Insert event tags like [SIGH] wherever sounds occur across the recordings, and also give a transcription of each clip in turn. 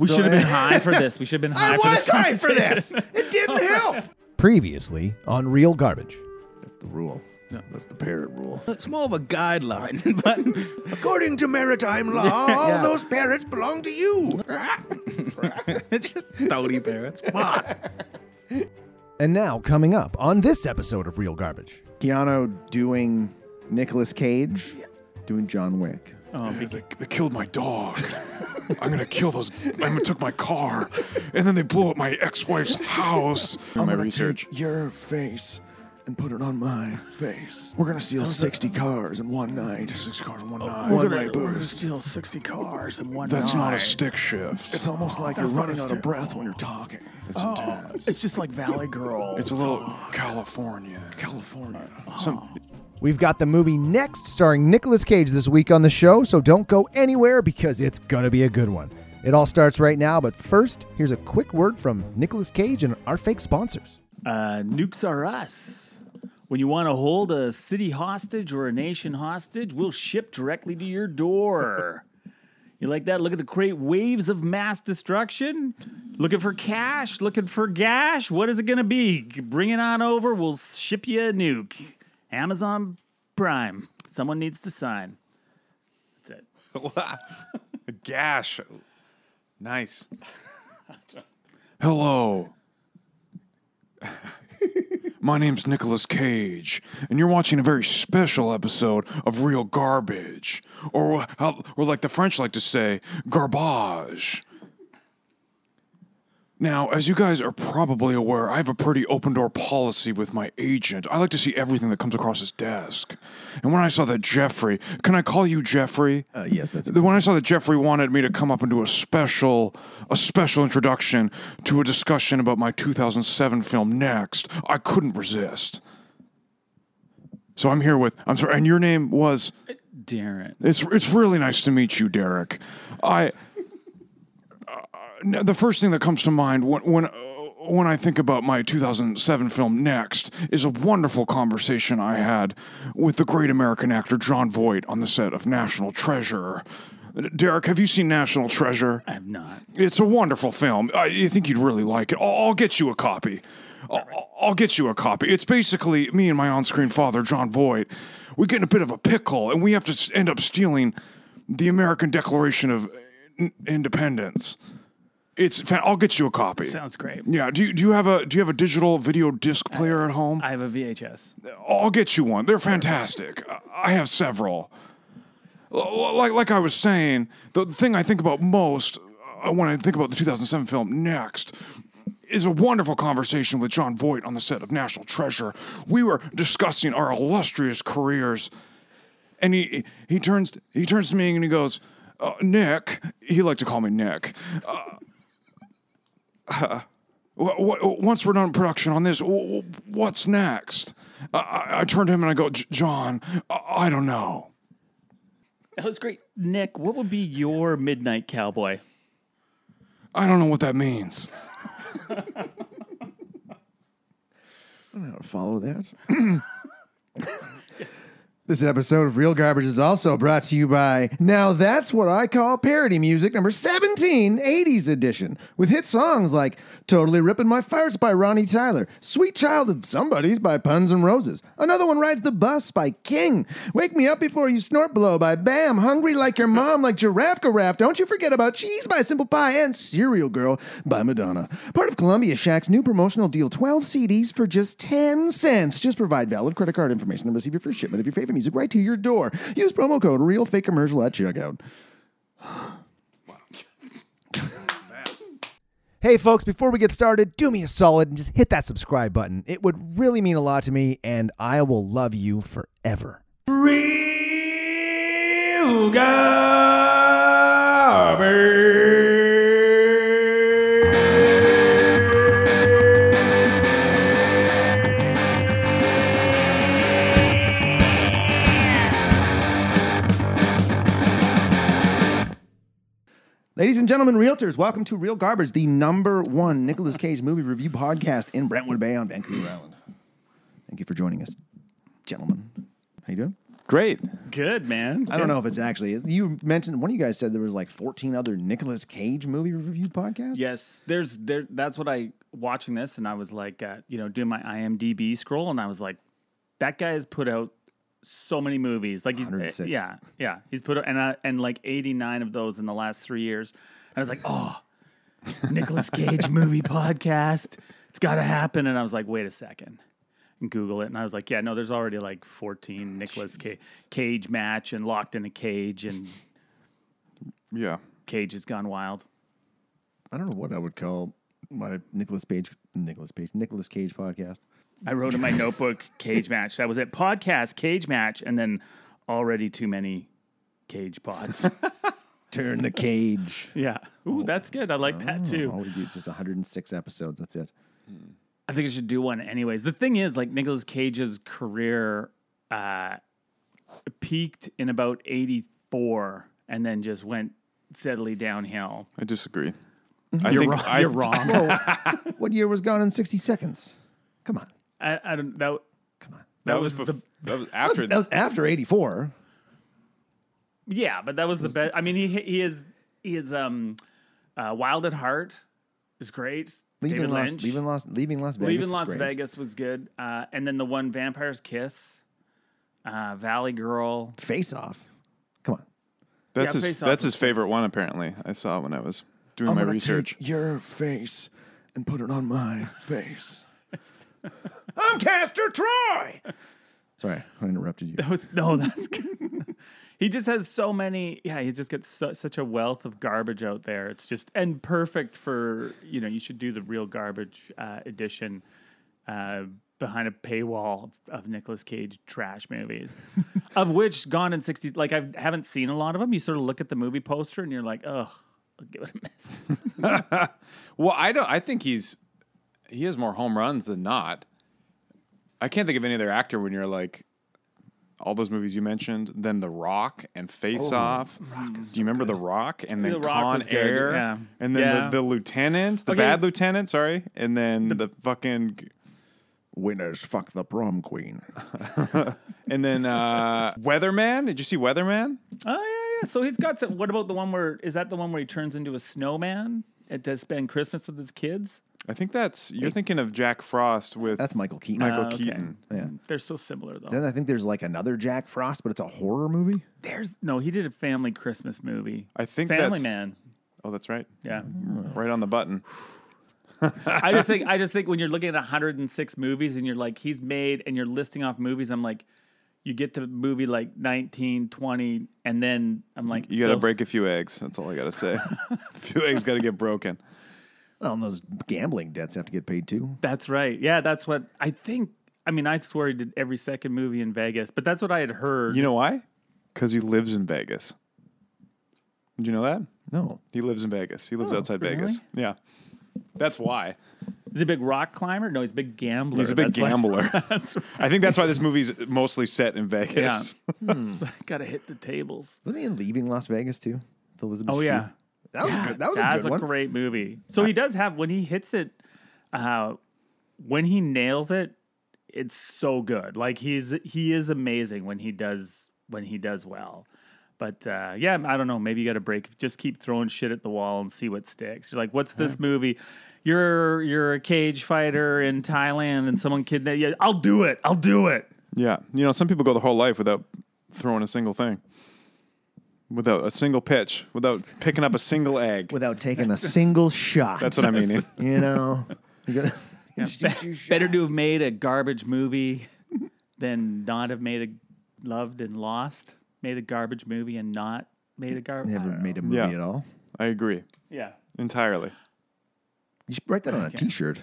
We So- should have been high for this. We should have been high [LAUGHS] I for was this. high for conversation. this. It [LAUGHS] didn't help. Previously on Real Garbage. That's the rule. That's the parrot rule. It's more of a [LAUGHS] guideline, but According to maritime law, [LAUGHS] all those parrots belong to you. it's just Tony parrots. Fuck. And now, coming up on this episode of Real Garbage. Keanu doing Nicolas Cage, doing John Wick. They, they killed my dog. I'm gonna kill those. I am took my car, and then they blew up my ex-wife's house. I'm gonna take your face and put it on my face. We're gonna steal 60 cars in one night. Six cars in one Oh, One night. night boost. Steal 60 cars and one That's not a stick shift. It's almost like you're running out of breath when you're talking. It's intense. It's just like Valley Girl. It's a little California. California. Some We've got the movie next starring Nicolas Cage this week on the show, so don't go anywhere because it's going to be a good one. It all starts right now, but first, here's a quick word from Nicolas Cage and our fake sponsors. Uh, nukes are us. When you want to hold a city hostage or a nation hostage, we'll ship directly to your [LAUGHS] door. you like that? Looking to create waves of mass destruction? Looking for cash? Looking for gash? What is it going to be? Bring it on over. We'll ship you a nuke. Amazon Prime. Someone needs to sign. That's it. gash. Nice. Hello. [LAUGHS] My name's Nicolas Cage, and you're watching a very special episode of Real Garbage, or how, or like the French like to say, garbage. Now, as you guys are probably aware, I have a pretty open door policy with my agent. I like to see everything that comes across his desk. And when I saw that Jeffrey, can I call you Jeffrey? Uh, yes, that's The- when I saw that Jeffrey wanted me to come up and do a special, a special introduction to a discussion about my 2007 film Next, I couldn't resist. So I'm here with. I'm sorry, and your name was. Darren. It's it's really nice to meet you, Derek. I. Uh, the first thing that comes to mind when when. Uh, when I think about my 2007 film Next is a wonderful conversation I had with the great American actor John Voight on the set of National Treasure. Derek, have you seen National Treasure? I have not. It's a wonderful film. I, I think you'd really like it. I'll, I'll get you a copy. I'll, I'll get you a copy. It's basically me and my on screen father, John Voight. We get in a bit of a pickle, and we have to s- end up stealing the American Declaration of In- Independence. It's. fa- I'll get you a copy. Sounds great. yeah. Do you, do you have a Do you have a digital video disc player at home? I have a VHS. I'll get you one. They're fantastic. I- I have several. L- Like like I was saying, the thing I think about most uh, when I think about the 2007 film Next is a wonderful conversation with John Voight on the set of National Treasure. We were discussing our illustrious careers, and he he turns he turns to me and he goes, uh, "Nick," he liked to call me Nick. Wh- wh- once we're done production on this, wh- wh- what's next? I- I, I turn to him and I go, "J- John, I, I don't know. That was great. Nick, what would be your Midnight Cowboy? I don't know what that means. I don't know how to follow that. [CLEARS THROAT] this episode of Real Garbage is also brought to you by Now That's What I Call Parody Music, number 17, 80s edition, with hit songs like Totally Rippin' My Farts by Ronnie Tyler, Sweet Child of Somebody's by Puns and Roses, Another One Rides the Bus by King, Wake Me Up Before You Snort Blow Oh, by Bam, Hungry Like Your Mom like Giraffe Giraffe, Don't You Forget About Cheese by Simple Pie, and Cereal Girl by Madonna. Part of Columbia Shack's new promotional deal 12 CDs for just 10 cents. Just provide valid credit card information and receive your first shipment of your favorite music right to your door. Use promo code RealFakeCommercial at checkout. Hey, folks, before we get started, do me a solid and just hit that subscribe button. It would really mean a lot to me, and I will love you forever. Ladies and gentlemen, realtors, welcome to Real Garbage, the number one Nicolas Cage movie review podcast in Brentwood Bay on Vancouver Island. Thank you for joining us, gentlemen. How you doing? Great. Good man. I don't know if it's actually. You mentioned one of you guys said there was like 14 other Nicolas Cage movie review podcasts. Yes, there's there. That's what I watching this, and I was like, uh, you know, doing my IMDb scroll, and I was like, that guy has put out so many movies. Like, he's, 106. yeah, yeah, he's put out, and I, and like 89 of those in the last three years. And I was like, oh, Nicolas Cage movie podcast. It's got to happen. And I was like, wait a second. And Google it, and I was like, "Yeah, no, there's already like 14 Nicolas Ca- Cage match and locked in a cage, and Yeah. Cage has gone wild." I don't know what I would call my Nicolas Page, Nicolas Page, Nicolas Cage podcast. I wrote in my notebook cage match. That was it. Podcast cage match, and then already too many cage pods. Turn the cage. [LAUGHS] yeah. Ooh, that's good. I like that All too. we do just 106 episodes. That's it. Oh. I think I should do one anyways. The thing is, like Nicolas Cage's career uh, peaked in about eighty four, and then just went steadily downhill. I disagree. I Mm-hmm. You're think wrong. I, You're [LAUGHS] wrong. What year was Gone in 60 Seconds? Come on. I, I don't. That, Come on. That, was, was bef- that was after That was after 84. Yeah, but that was the best. I mean, he he is he is um, uh, Wild at Heart is great. Leaving David Las, Lynch. leaving Las, leaving Las Vegas. Leaving is Las great. Vegas was good, uh, and then the one Vampire's Kiss, uh, Valley Girl. [LAUGHS] Face off. Come on. that's Yeah, his Face Off Oh, that's was his favorite one apparently. I saw when I was doing my gonna research. take your face and put it on my face. [LAUGHS] I'm Caster Troy. Sorry, I interrupted you. That was no, that's good. [LAUGHS] he just has so many. Yeah, he just gets su- such a wealth of garbage out there. It's just and perfect for you know. You should do the real garbage uh, edition uh, behind a paywall of Nicolas Cage trash [LAUGHS] movies, of which Gone in sixty. Like I haven't seen a lot of them. You sort of look at the movie poster and you're like, oh, I'll give it a miss. Well, I don't. I think he's he has more home runs than not. I can't think of any other actor when you're like all those movies you mentioned. Then The Rock and Face Off. Do you remember The Rock and then The Rock Con was good, Air? yeah. And then Yeah. The, the Lieutenant, the Okay. Bad Lieutenant. Sorry, and then the, fucking [LAUGHS] Winners, fuck the prom queen. and then uh, [LAUGHS] Weatherman. Did you see Weatherman? Oh yeah, yeah. So he's got some. What about the one where is that the one where he turns into a snowman and to spend Christmas with his kids? I think that's you're thinking of Jack Frost with That's Michael Keaton. Michael Uh, okay. Keaton. yeah. They're so similar though. Then I think there's like another Jack Frost, but it's a horror movie. There's no. He did a family Christmas movie. I think Family that's- Man. Oh, that's right. Yeah. Right on the button. I just think I just think when you're looking at 106 movies and you're like he's made and you're listing off movies, I'm like, you get to movie like 19, 20, and then I'm like, You got to so- break a few eggs. That's all I got [LAUGHS] to say. a few eggs got to get broken. Well, and those gambling debts have to get paid too. That's right. Yeah, that's what I think. I mean, I swear he did every second movie in Vegas, but that's what I had heard. You know why? Because he lives in Vegas. Did you know that? No. He lives in Vegas. He lives outside Oh, really? Vegas. Yeah. That's why. He's a big rock climber. No, he's a big gambler. He's a big That's why- gambler. [LAUGHS] That's right. I think that's why this movie's mostly set in Vegas. So I gotta hit the tables. Wasn't he in Leaving Las Vegas too? With Elizabeth Oh Shue? yeah, That was a good, that was a that's good a, one. great movie. So he does have when he hits it, uh, when he nails it, it's so good. Like he's he is amazing when he does when he does well. But uh, yeah, I don't know. Maybe you got to break. Just keep throwing shit at the wall and see what sticks. You're like, what's this movie? You're you're a cage fighter in Thailand and someone kidnapped you. I'll do it. I'll do it. [LAUGHS] Yeah. You know, some people go their whole life without throwing a single thing, without a single pitch, without picking up a single egg. Without taking a single shot. That's what [LAUGHS] I mean. You know, [LAUGHS] you gotta shoot your shot. Better to have made a garbage movie [LAUGHS] than not have made a loved and lost. Made a garbage movie and not made a garbage. Never made a movie Yeah. at all. I agree Yeah, entirely. You should write that on a [LAUGHS] T-shirt.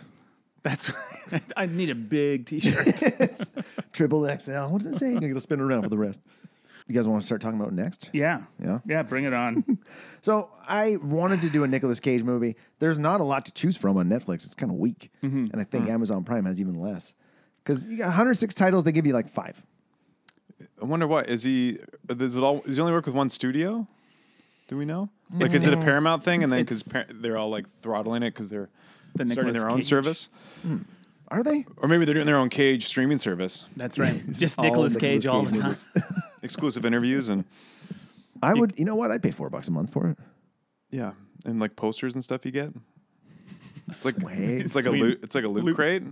that's. [LAUGHS] Right. I need a big T-shirt. Triple XL. What does it say? You're gonna spin around for the rest. You guys want to start talking about next? yeah, Yeah. yeah. Bring it on. So I wanted to do a Nicolas Cage movie. There's not a lot to choose from on Netflix. It's kind of weak, and I think Amazon Prime has even less because you got 106 titles. They give you like five. I wonder what is he? Does it all? Does he only work with one studio? Do we know? Like, is it a Paramount thing? And then because It's- par- they're all like throttling it because they're The starting Nicolas their own Cage. service. Are they? Or maybe they're doing their own cage streaming service, That's right. Just all Nicolas Nicolas Cage all Cage the time. exclusive interviews, and I would. You know what? I'd pay four bucks a month for it. yeah, and like posters and stuff you get. It's like Sweet. it's like a loot it's like a loot, crate.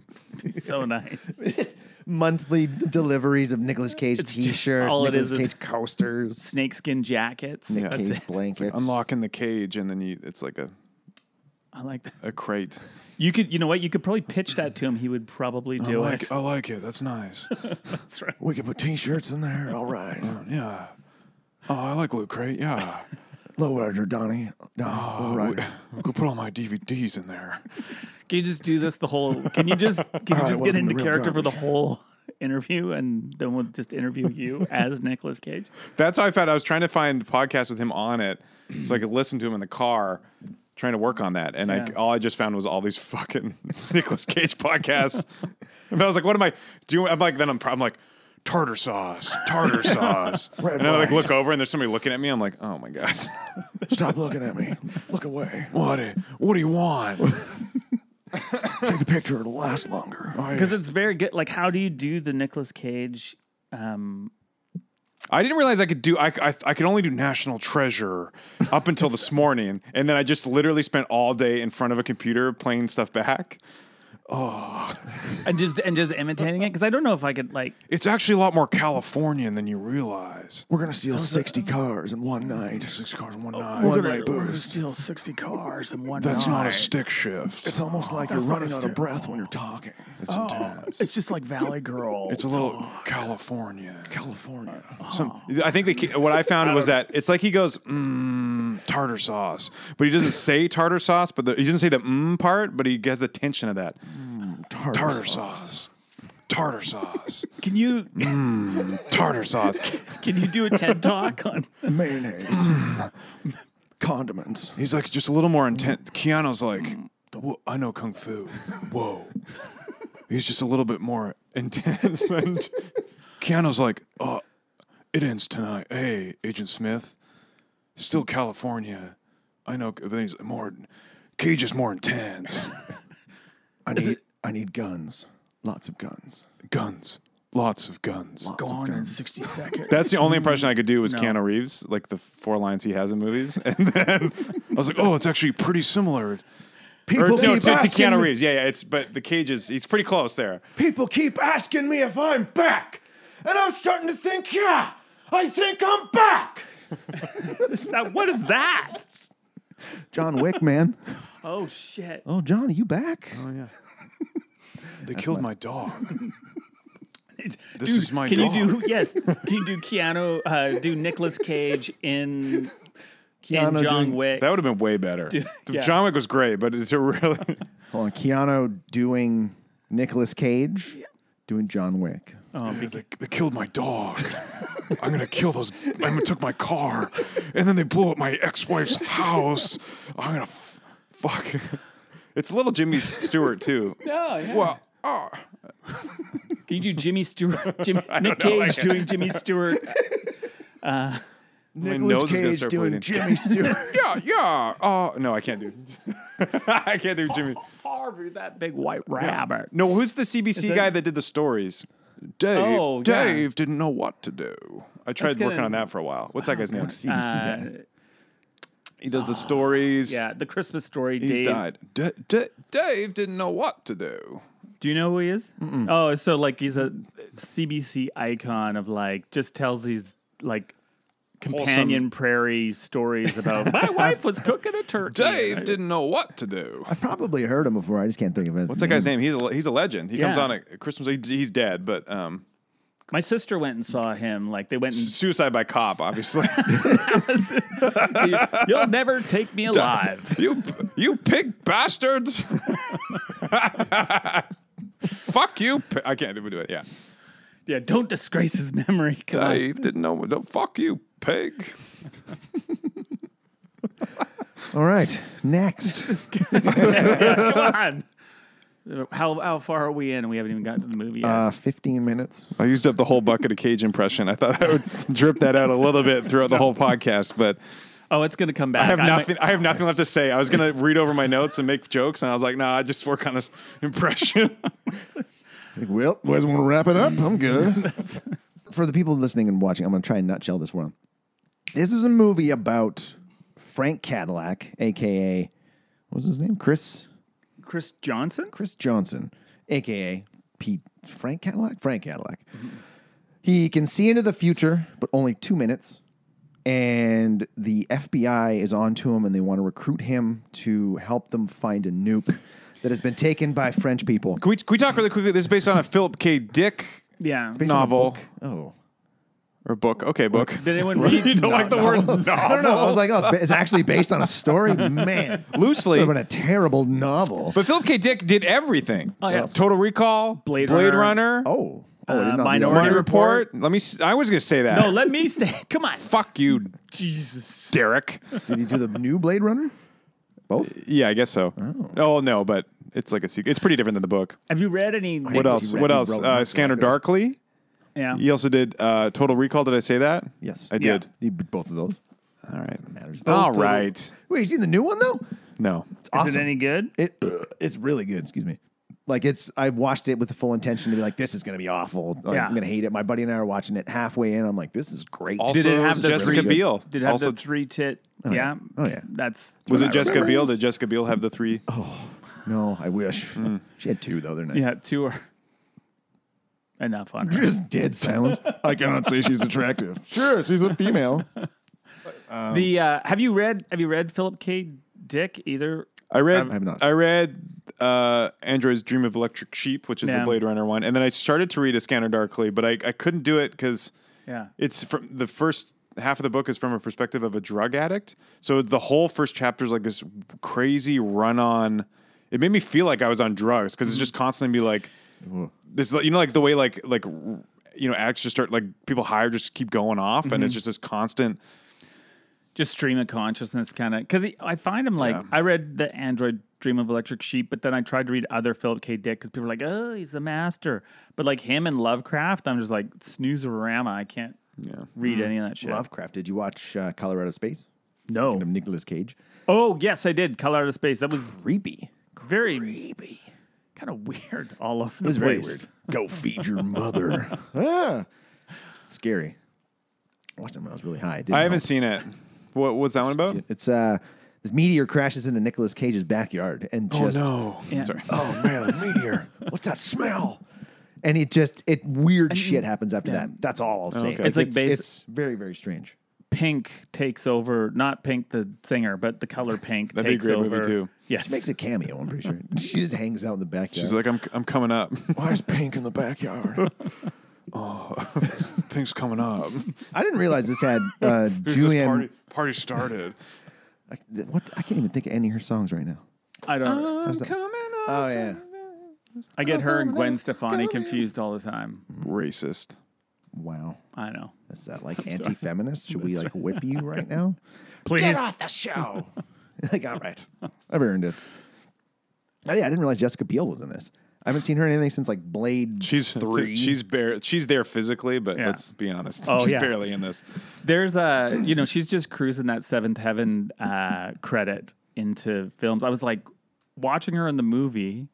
so nice. Monthly d- deliveries of Nicolas Cage It's just- T-shirts, all it Nicolas is is- Cage coasters, [LAUGHS] Snakeskin jackets. Nick That's Cage it. blankets. Unlocking the cage, and then you it's like a I like that. a crate. You could, you know what? You could probably pitch that to him. He would probably I do like it. I like it. That's nice. [LAUGHS] That's right. We could put T-shirts in there. [LAUGHS] All right. yeah. Oh, I like loot [LAUGHS] crate. Yeah. Lowrider, Donnie. Donnie, Oh, lowrider. we, could put all my DVDs in there. Can you just do this the whole? Can you just can you right, just welcome get to into Real character for the whole interview, and then we'll just interview you as Nicolas Cage? That's how I found. I was trying to find podcasts with him on it, so I could listen to him in the car, trying to work on that. And I, Yeah. all I just found was all these fucking [LAUGHS] Nicolas Cage podcasts. and I was like, "What am I doing?" I'm like, then I'm, pro- I'm like, "Tartar sauce, tartar sauce." and I like look over, and there's somebody looking at me. I'm like, "Oh my god, [LAUGHS] [LAUGHS] Stop looking at me. Look away. what? do- What do you want?" [LAUGHS] Take a picture. It'll last longer. Because it's very good. Like, how do you do the Nicolas Cage? Um, I didn't realize I could do. I, I I could only do National Treasure up until this morning, and then I just literally spent all day in front of a computer playing stuff back. and just and just imitating it because I don't know if I could like It's actually a lot more Californian than you realize. We're gonna steal sixty cars in one night. Six cars, one night. One night boost. Steal 60 cars in one That's night. not a stick shift. It's almost like you're running out of breath when you're talking. It's intense. It's just like Valley Girl. It's a little Californian. California. Some, I think the, what I found was that it's like he goes mm, tartar sauce, but he doesn't say tartar sauce. But the, he doesn't say the mm part, but he gets the tension of that Tartar, tartar sauce, tartar sauce, Can you tartar sauce. [LAUGHS] can you do a TED talk on? mayonnaise, condiments. He's like just a little more intense. Keanu's like, "Whoa, I know kung fu. [LAUGHS] Whoa. He's just a little bit more intense than [LAUGHS] Keanu's like, oh, it ends tonight. Hey, Agent Smith, still California. I know, but he's more. Cage is more intense. I need. I need guns. Lots of guns. Guns, lots of guns. Gone in 60 seconds. That's the only impression I could do was Keanu Reeves, like the four lines he has in movies. [LAUGHS] And then I was like, oh, it's actually pretty similar. Or, People no, to, keep to asking. Keanu Reeves. Yeah, yeah. It's but the cage is he's pretty close there. People keep asking me if I'm back, and I'm starting to think, yeah, I think I'm back. [LAUGHS] Is that- what is that? John Wick, [LAUGHS] man. Oh shit! Oh, John, are you back? They killed my dog. This is my Can you dog. do yes? Can you do Keanu? Uh, do Nicolas Cage in in Keanu John doing- Wick? That would have been way better. [LAUGHS] yeah. John Wick was great, but it's a really [LAUGHS] Hold on, Keanu doing Nicolas Cage, doing John Wick. they, they killed my dog. I'm gonna kill those. I'm gonna took my car, and then they blew up my ex-wife's house. I'm gonna f- fuck. It's little Jimmy Stewart too. No, yeah. Well, oh, Can [LAUGHS] you do Jimmy Stewart? Jimmy, Nick [LAUGHS] Cage doing Jimmy Stewart? my Nicholas nose is gonna Cage start doing bleeding. [LAUGHS] Jimmy Stewart. Yeah, yeah. Oh no, I can't do. [LAUGHS] I can't do Jimmy. [LAUGHS] Harvey, that big white rabbit. No, who's the CBC guy that did the stories? Dave. Oh, yeah. Dave didn't know what to do. I tried get Oh, working an- on that for a while. What's that guy's name? CBC guy. He does the stories. Uh, Yeah, the Christmas story. He's Dave. died. D- D- Dave didn't know what to do. Do you know who he is? Oh, so like he's a CBC icon of like just tells these like companion prairie [LAUGHS] stories about my wife was cooking a turkey. Dave I- didn't know what to do. I've probably heard him before. I just can't think of it. What's that guy's name? He's a le- he's a legend. He comes Mm-hmm. Yeah. on at Christmas. He's, he's dead, but um, My sister went and saw him. Like they went and suicide by cop, obviously. [LAUGHS] [LAUGHS] you'll never take me alive. you you pig bastards! [LAUGHS] Fuck you! pi- I can't even do it. Yeah. Uh, Yeah, don't disgrace his memory. Come on. Dave didn't know. what- Fuck you, pig. All right, next. [LAUGHS] Come on. How how far are we in? We haven't even gotten to the movie yet. Uh, 15 minutes. I used up the whole bucket of Cage impression. I thought I would drip that out a little bit throughout the whole podcast, but Oh, it's gonna come back. I have might- nothing. I have nothing left to say. I was [LAUGHS] gonna read over my notes and make jokes, and I was like, "Nah, I just work on this [LAUGHS] impression." Like, well, you guys want to wrap it up? I'm good. For the people listening and watching, I'm going to try and nutshell this one. This is a movie about Frank Cadillac, aka what was his name? Chris Chris Johnson. Chris Johnson, aka Pete Frank Cadillac. Frank Cadillac. He can see into the future, but only two minutes. And the FBI is onto him, and they want to recruit him to help them find a nuke that has been taken by French people. Can we, can we talk really quickly? This is based on a Philip K. Dick Yeah. Based on a Novel. book. Oh. or book. Okay, book. Did [LAUGHS] anyone read? you don't like the word novel? [LAUGHS] I don't know. I was like, oh, it's actually based on a story, man. Loosely. but a terrible novel. But Philip K. Dick did everything. Oh, yes. Total Recall, Blade Blade Runner. Runner, Oh, oh, I Uh, did not Minority Minority Minority Report. Let me. s- I was gonna say that. No, let me say. Come on. Fuck you, [LAUGHS] Jesus, Derek. Did he do the new Blade Runner? Both. Yeah, I guess so. Oh, no, but it's like a sequel. It's pretty different than the book. Have you read any? What else? read- What he else? wrote Uh, nothing Scanner like this. Darkly. Yeah. He also did uh, Total Recall. Did I say that? Yes. I Yeah. did. He did both of those. All right. Matters. All Both. right. Wait, you seen the new one though? No. It's Is it any good? It, uh, it's really good. Excuse me. Like it's, I watched it with the full intention to be like, this is going to be awful. Like, Yeah. I'm going to hate it. My buddy and I are watching it halfway in. I'm like, this is great. Also, Did it have the Jessica three- Biel? Did it have also, the three tit? yeah. Oh, yeah. That's was what it I Jessica remember. Biel? Did Jessica Biel have the three? no, I wish [LAUGHS] she had two though. They're nice. Yeah, two are enough on her. [LAUGHS] Just dead silence. I cannot say she's attractive. sure, she's a female. Um, the uh, have you read have you read Philip K. Dick either? I read. I have not. I read uh, Android's Dream of Electric Sheep, which is Yeah. the Blade Runner one, and then I started to read A Scanner Darkly, but I, I couldn't do it because Yeah. it's from the first half of the book is from a perspective of a drug addict. So the whole first chapter is like this crazy run on. It made me feel like I was on drugs because it's just Mm-hmm. constantly be like this. You know, like the way like like you know acts just start like people higher just keep going off, and Mm-hmm. it's just this constant. Just stream of consciousness kind of because I find him like I read the Android Dream of Electric Sheep, but then I tried to read other Philip K. Dick because people were like, oh, he's a master. But like him and Lovecraft, I'm just like snoozerama. I can't read Hmm. any of that shit. Lovecraft. Did you watch uh, Colorado Space? no. Nicholas Cage. Oh yes, I did. Color Out of Space. That was Creepy. very creepy. Kind of weird [LAUGHS] all over the It was very place. weird. Go feed [LAUGHS] your mother. ah, scary. I watched it when I was really high. It didn't I haven't help. seen it. What, what's that one about? It's uh, this meteor crashes into Nicolas Cage's backyard and just No. Yeah. oh man, meteor! What's that smell? And it just it weird shit happens after that. That's all I'll say. okay. It's like basi- it's very very strange. Pink takes over, not Pink the singer, but the color Pink. That'd be a takes great over. movie, too. Yes. She makes a cameo. I'm pretty [LAUGHS] sure she just hangs out in the backyard. She's like, I'm I'm coming up. [LAUGHS] Why is Pink in the backyard? Pink's coming up. [LAUGHS] I didn't realize this had [LAUGHS] uh, Here's this Julianne. party party started. I, th- what I can't even think of any of her songs right now. I don't. I'm coming up. Oh yeah, I get her and Gwen Stefani confused all the time. Racist. wow. I know. Is that [LAUGHS] like anti-feminist? Should we like whip you [LAUGHS] right now? Please. the show. [LAUGHS] like, all right, [LAUGHS] I've earned it. Oh, yeah, I didn't realize Jessica Biel was in this. I haven't seen her in anything since like Blade. She's three. [LAUGHS] She's bare. She's there physically, but Yeah. let's be honest. Oh, she's yeah. barely in this. There's a, you know, she's just cruising that Seventh Heaven uh, credit into films. I was like watching her in the movie.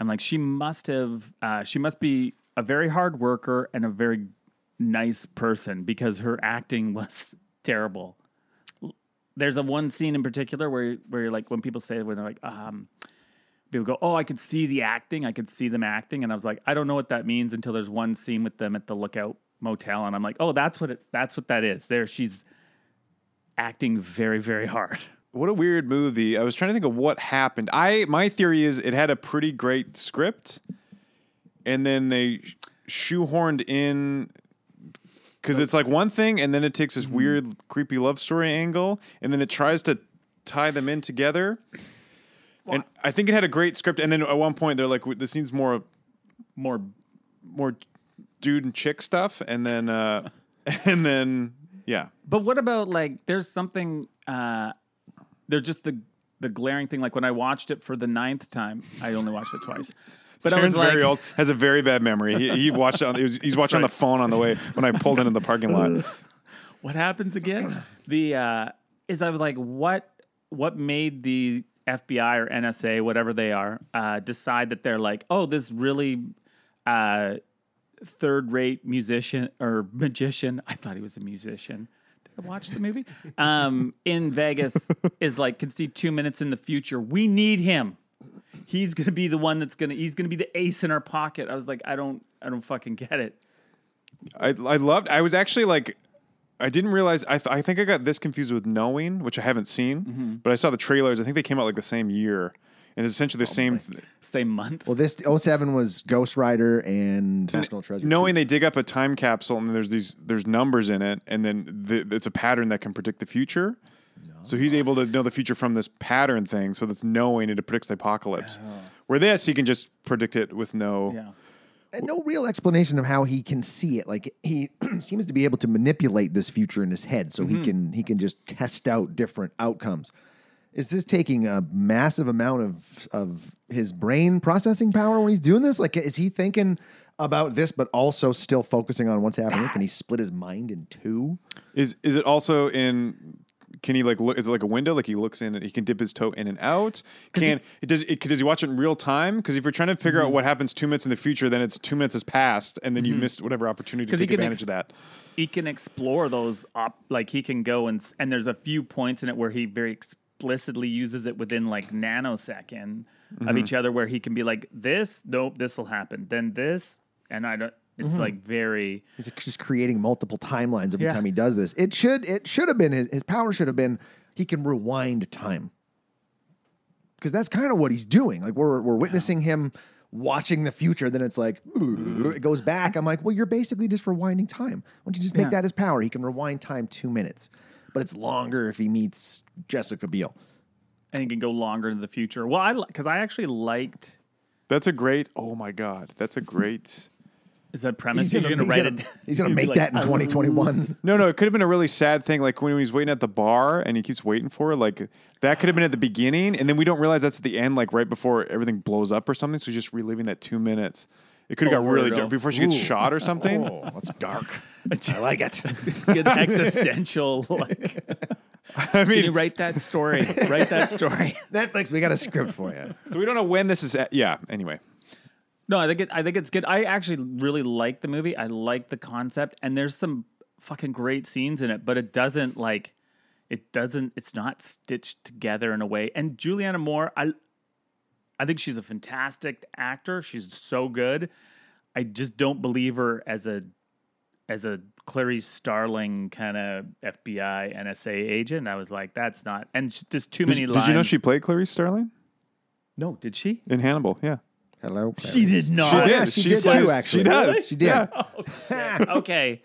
I'm like, she must have, uh, she must be a very hard worker and a very nice person because her acting was [LAUGHS] terrible. There's a one scene in particular where where you're like when people say when they're like um people go oh I could see the acting I could see them acting and I was like I don't know what that means until there's one scene with them at the lookout motel and I'm like oh that's what it that's what that is there she's acting very very hard [LAUGHS] What a weird movie. I was trying to think of what happened. I my theory is it had a pretty great script, and then they sh- shoehorned in because it's like one thing, and then it takes this weird, creepy love story angle, and then it tries to tie them in together. And I think it had a great script, and then at one point they're like, "W- "This needs more more more dude and chick stuff and then uh [LAUGHS] and then yeah But what about like there's something uh they're just the the glaring thing like when I watched it for the ninth time, I only watched it twice. But I was Aaron's like very old has a very bad memory he, [LAUGHS] he watched it on he was, he's watching [LAUGHS] on the phone on the way when I pulled into the parking lot what happens again? The uh is I was like, what what made the FBI or NSA, whatever they are, uh, decide that they're like, oh, this really uh, third rate musician or magician. I thought he was a musician. Did I watch the movie? um, in Vegas is like can see two minutes in the future. We need him. He's gonna be the one that's gonna. He's gonna be the ace in our pocket. I was like, I don't, I don't fucking get it. I, I loved. I was actually like, I didn't realize. I, th- I think I got this confused with Knowing, which I haven't seen, Mm-hmm. but I saw the trailers. I think they came out like the same year, and it's essentially Oh, the same. Th- Same month. Well, this 07 was Ghost Rider and National Treasure. knowing they dig up a time capsule and there's these there's numbers in it, and then th- it's a pattern that can predict the future. So he's able to know the future from this pattern thing. So that's knowing and it predicts the apocalypse. Where this, he can just predict it with no. yeah. and no real explanation of how he can see it. Like he [CLEARS THROAT] seems to be able to manipulate this future in his head, so he can he can just test out different outcomes. Is this taking a massive amount of of his brain processing power when he's doing this? Like, is he thinking about this, but also still focusing on what's happening? Can he split his mind in two? Is is it also in? Can he like look? Is it like a window? Like he looks in, and he can dip his toe in and out. Can it does it? Does he watch it in real time? Because if you're trying to figure Mm-hmm. out what happens two minutes in the future, then it's two minutes has passed, and then you missed whatever opportunity to 'Cause he take can advantage ex- of that. he can explore those op like he can go and s- and there's a few points in it where he very explicitly uses it within like nanosecond Mm-hmm. of each other where he can be like this nope this will happen then this and i don't it's Mm-hmm. like very He's just creating multiple timelines every Yeah. time he does this. It should it should have been his, his power should have been he can rewind time. Cuz that's kind of what he's doing. Like we're we're witnessing him watching the future then it's like [LAUGHS] it goes back. I'm like, "Well, you're basically just rewinding time. Why don't you just make Yeah. that his power? He can rewind time 2 minutes. But it's longer if he meets Jessica Biel. and he can go longer into the future well i because i actually liked That's a great. Oh my god, that's a great. is that premise you're gonna, he's write gonna- it [LAUGHS] He's going to you'd be make like, that in "Uh, [LAUGHS] 2021. No, no, it could have been a really sad thing. Like when he's waiting at the bar and he keeps waiting for her, like that could have been at the beginning, and then we don't realize that's at the end, like right before everything blows up or something. So he's just reliving that two minutes. It could have got Over really and dark over. before she gets shot [LAUGHS] or something. oh, that's dark. I like it. [LAUGHS] good existential like I can mean, you write that story write that story Netflix, we got a script [LAUGHS] for you. So we don't know when this is. At. Yeah. Anyway, No, I think it, I think it's good. I actually really like the movie. I like the concept, and there's some fucking great scenes in it. But it doesn't like, it doesn't. It's not stitched together in a way. And Juliana Moore, I, I think she's a fantastic actor. She's so good. I just don't believe her as a, as a Clary Starling kind of FBI NSA agent. I was like, that's not. And sh- there's too did, many. you- lines. did you know she played Clarice Starling No, did she? in Hannibal? Yeah, Hello. She did not. she did. Oh, yeah, she did plays- too, actually. she does. Really? She did. Yeah. [LAUGHS] okay.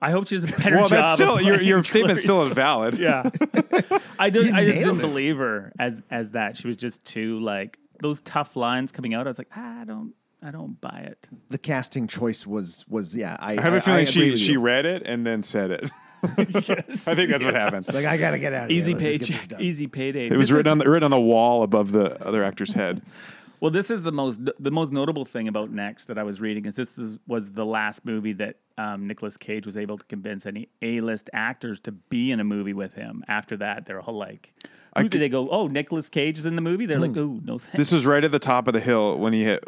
I hope she does a better Well, job. that's of still your playing your statement's still Clarice. invalid. [LAUGHS] Yeah, I don't. I just nailed didn't it. believe her as as that. She was just too like those tough lines coming out. I was like, "Ah, I don't, I don't buy it. the casting choice was was yeah. I, I have a feeling agree she with she you. read it and then [LAUGHS] said it. [LAUGHS] I think that's what happened. like I gotta get out of Easy here. Let's just get paycheck, this done. easy payday. It was This written is- on the, written on the wall above the other actor's head. Well, this is the most the most notable thing about Next that I was reading is this is, was the last movie that um, Nicolas Cage was able to convince any A list actors to be in a movie with him. After that, they're all like, "Who do they go? Oh, Nicolas Cage is in the movie." They're like, "Oh, no thanks." This was right at the top of the hill when he hit.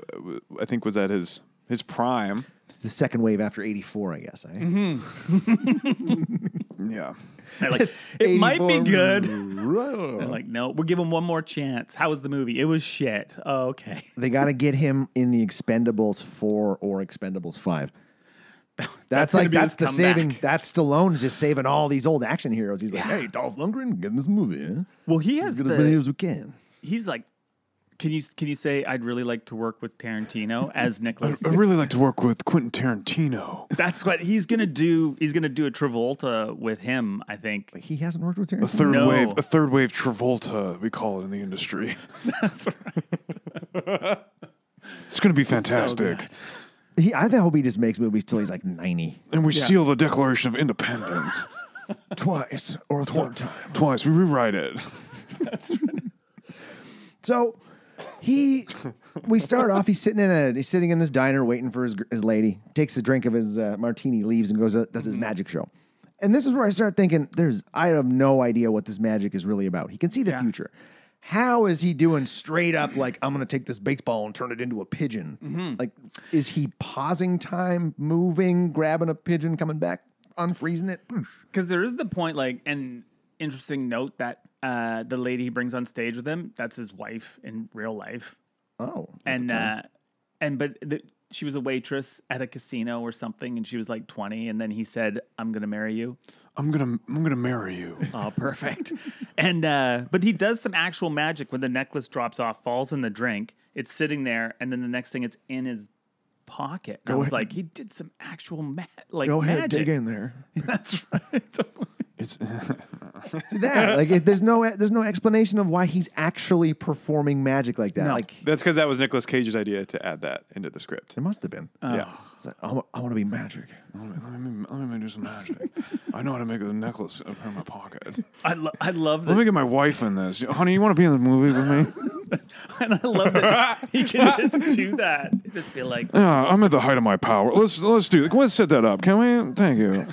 I think was at his his prime. It's the second wave after '84, I guess. Eh? Mm-hmm. [LAUGHS] Yeah. They're like, "It might be 84. good." Right. They're like, "No, we'll give him one more chance." How was the movie? It was shit. Oh, okay, they gotta get him in the Expendables four or [LAUGHS] Expendables five. That's, gonna like be his that's the comeback. saving. That's Stallone just saving all these old action heroes. He's like, hey, Dolph Lundgren, get in this movie. Eh? [LAUGHS] Well, he has Get the- as many as we can. he's like, "Can you can you say I'd really like to work with Tarantino [LAUGHS] as Nicolas?" I'd really like to work with Quentin Tarantino. That's what he's gonna do. He's gonna do a Travolta with him, I think. He hasn't worked with Tarantino. Third No. wave, a third wave Travolta, we call it in the industry. [LAUGHS] it's going to be fantastic. He, I hope he just makes movies till he's like 90. and we steal the Declaration of Independence [LAUGHS] Twice or a third time. twice. We rewrite it. So he, we start off. He's sitting in a he's sitting in this diner waiting for his gr- his lady. Takes a drink of his uh, martini, leaves, and goes uh, does his magic show. and this is where I start thinking there's I have no idea what this magic is really about. He can see the future. How is he doing straight up like I'm going to take this baseball and turn it into a pigeon? Like is he pausing time, moving, grabbing a pigeon, coming back, unfreezing it? Poosh. because there is the point like an interesting note that uh the lady he brings on stage with him that's his wife in real life Oh. and uh and but the, she was a waitress at a casino or something and she was like 20 and then he said i'm gonna marry you I'm gonna I'm gonna [LAUGHS] marry you. oh perfect [LAUGHS] and uh but he does some actual magic when the necklace drops off falls in the drink it's sitting there and then the next thing it's in his pocket i was like he did some actual ma- like Go ahead, magic dig in there. [LAUGHS] that's right Totally. It's See that? like if there's no there's no explanation of why he's actually performing magic like that. Like That's because that was Nicolas Cage's idea to add that into the script. it must have been. yeah. It's like, I want to be magic. let me let me, let me do [LAUGHS] some magic. I know how to make a necklace out of my pocket. I, lo- I love that Let me get my wife in this. Honey, you want to be in the movie with [LAUGHS] me? [LAUGHS] And I love that he [LAUGHS] can just do that. Just be like, Yeah, I'm at the height of my power. Let's let's do. Let's set that up, can we? Thank you.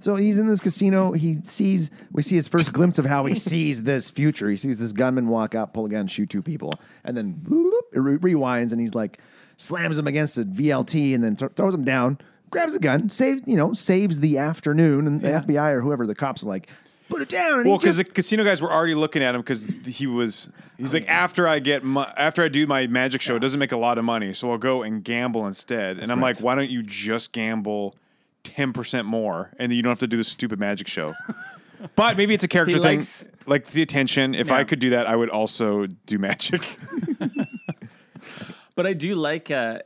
So he's in this casino. He sees, we see his first glimpse of [LAUGHS] how he sees this future. He sees this gunman walk out, pull a gun, shoot two people, and then bloop, it re- rewinds and he's like, slams him against a VLT and then th- throws him down, grabs the gun, saves, you know, saves the afternoon. And the FBI or whoever the cops are like, put it down. And he Well, because just- the casino guys were already looking at him because he was. He's Oh, like, after I get my, after I do my magic show, it doesn't make a lot of money, so I'll go and gamble instead. and I'm like, why don't you just gamble ten percent more, and then you don't have to do this stupid magic show. but maybe it's a [LAUGHS] character He thing, likes- like the attention. If I Yeah. could do that, I would also do magic. [LAUGHS] [LAUGHS] but I do like uh,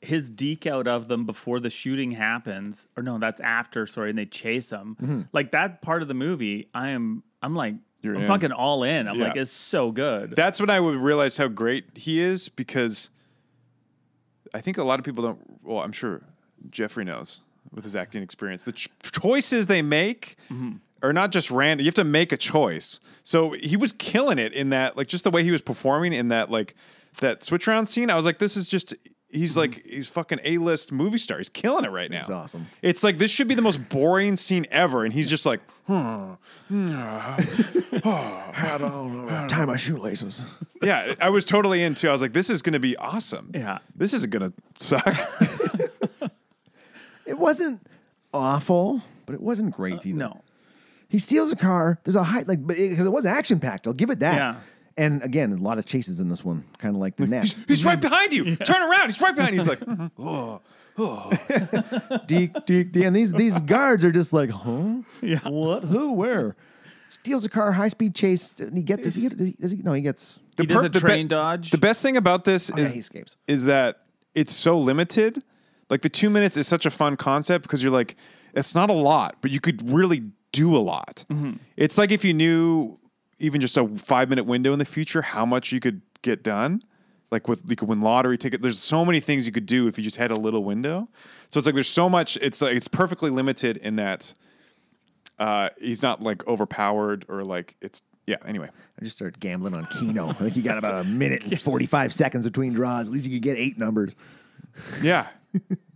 his deke out of them before the shooting happens, or no, that's after. Sorry, and they chase him. Mm-hmm. Like that part of the movie, I am, I'm like, I'm in. fucking all in. I'm Yeah. like, it's so good. That's when I would realize how great he is because I think a lot of people don't. Well, I'm sure Jeffrey knows with his acting experience. The ch- choices they make are not just random. You have to make a choice. So he was killing it in that, like, just the way he was performing in that, like, that switch around scene. I was like, this is just. He's like he's fucking a list movie star. He's killing it right now. It's awesome. It's like this should be the most boring scene ever, and he's just like, tie my shoelaces. yeah. I was totally into. I was like, this is going to be awesome. yeah. This isn't gonna suck. It wasn't awful, but it wasn't great either. Uh, No. He steals a car. There's a height, like, because it, was action packed. I'll give it that. Yeah. And again, a lot of chases in this one, kind of like [LAUGHS] the net. He's right behind you. Turn around. He's right behind you. He's like, Deke, Deke, Deke. And these, these [LAUGHS] guards are just like, huh? Yeah. What? Who? Where? Steals a car, high speed chase. And he gets, does he get, does he, does he, no, he gets, the He does per- a the train dodge. The best thing about this yeah, is he escapes. is that it's so limited. Like the two minutes is such a fun concept because you're like, it's not a lot, but you could really do a lot. It's like if you knew even just a five minute window in the future, how much you could get done. Like with you could win lottery ticket. There's so many things you could do if you just had a little window. So it's like there's so much. It's like it's perfectly limited in that uh, he's not like overpowered or like it's yeah. Anyway, I just started gambling on Keno. I think you got [LAUGHS] about a minute and 45 seconds between draws. At least you could get eight numbers. yeah.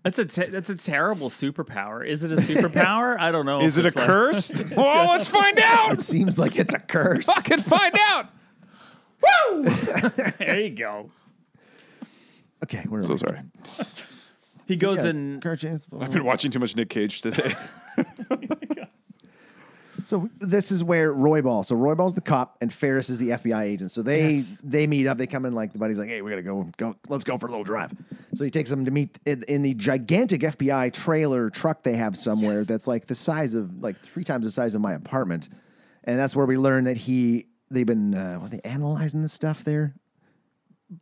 That's a, te- that's a terrible superpower. Is [LAUGHS] it a superpower? I don't know. Is if it a it's like- curse? [LAUGHS] oh, let's find out. It seems like it's [LAUGHS] a curse. Fucking find out. There you go. Okay, where are So we? sorry. He goes Yeah, in. car chase. I've been watching too much Nick Cage today. So this is where Roy Ball. So Roy Ball's the cop, and Ferris is the FBI agent. So they they meet up. They come in like the buddy's like, "Hey, we gotta go, go, let's go for a little drive." So he takes them to meet in, in the gigantic FBI trailer truck they have somewhere that's like the size of like three times the size of my apartment, and that's where we learn that he they've been uh, were they analyzing the stuff there.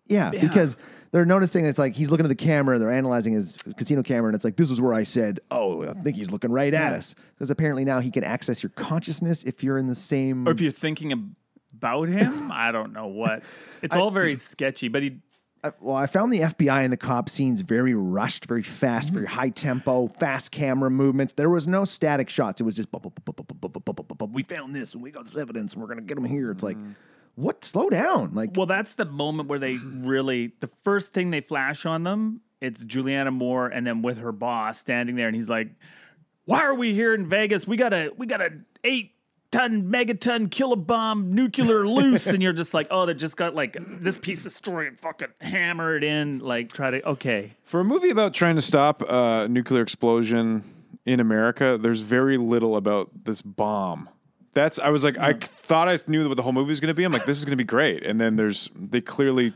Yeah, because they're noticing it's like he's looking at the camera. They're analyzing his casino camera, and it's like this is where I said, "Oh, I think he's looking right at us." Because apparently now he can access your consciousness if you're in the same. or if you're thinking ab- about him, I don't know what. It's all very sketchy, but he Uh, well, I found the FBI and the cop scenes very rushed, very fast, very high tempo, fast camera movements. There was no static shots. It was just "Bup, bup, bup, bup, bup, bup, bup, bup, bup, bup, bup. we found this and we got this evidence and we're gonna get them here. It's like, what? Slow down, like. Well, that's the moment where they really the first thing they flash on them. It's Juliana Moore, and then with her boss standing there, and he's like, Why are we here in Vegas? We got a we got a eight ton megaton kilobomb nuclear loose, and you're just like, oh, they just got like this piece of story and fucking hammer it in, like try to okay. [LAUGHS] For a movie about trying to stop a nuclear explosion in America, there's very little about this bomb. That's I was like I thought I knew what the whole movie was going to be. I'm like this is going to be great, and then there's they clearly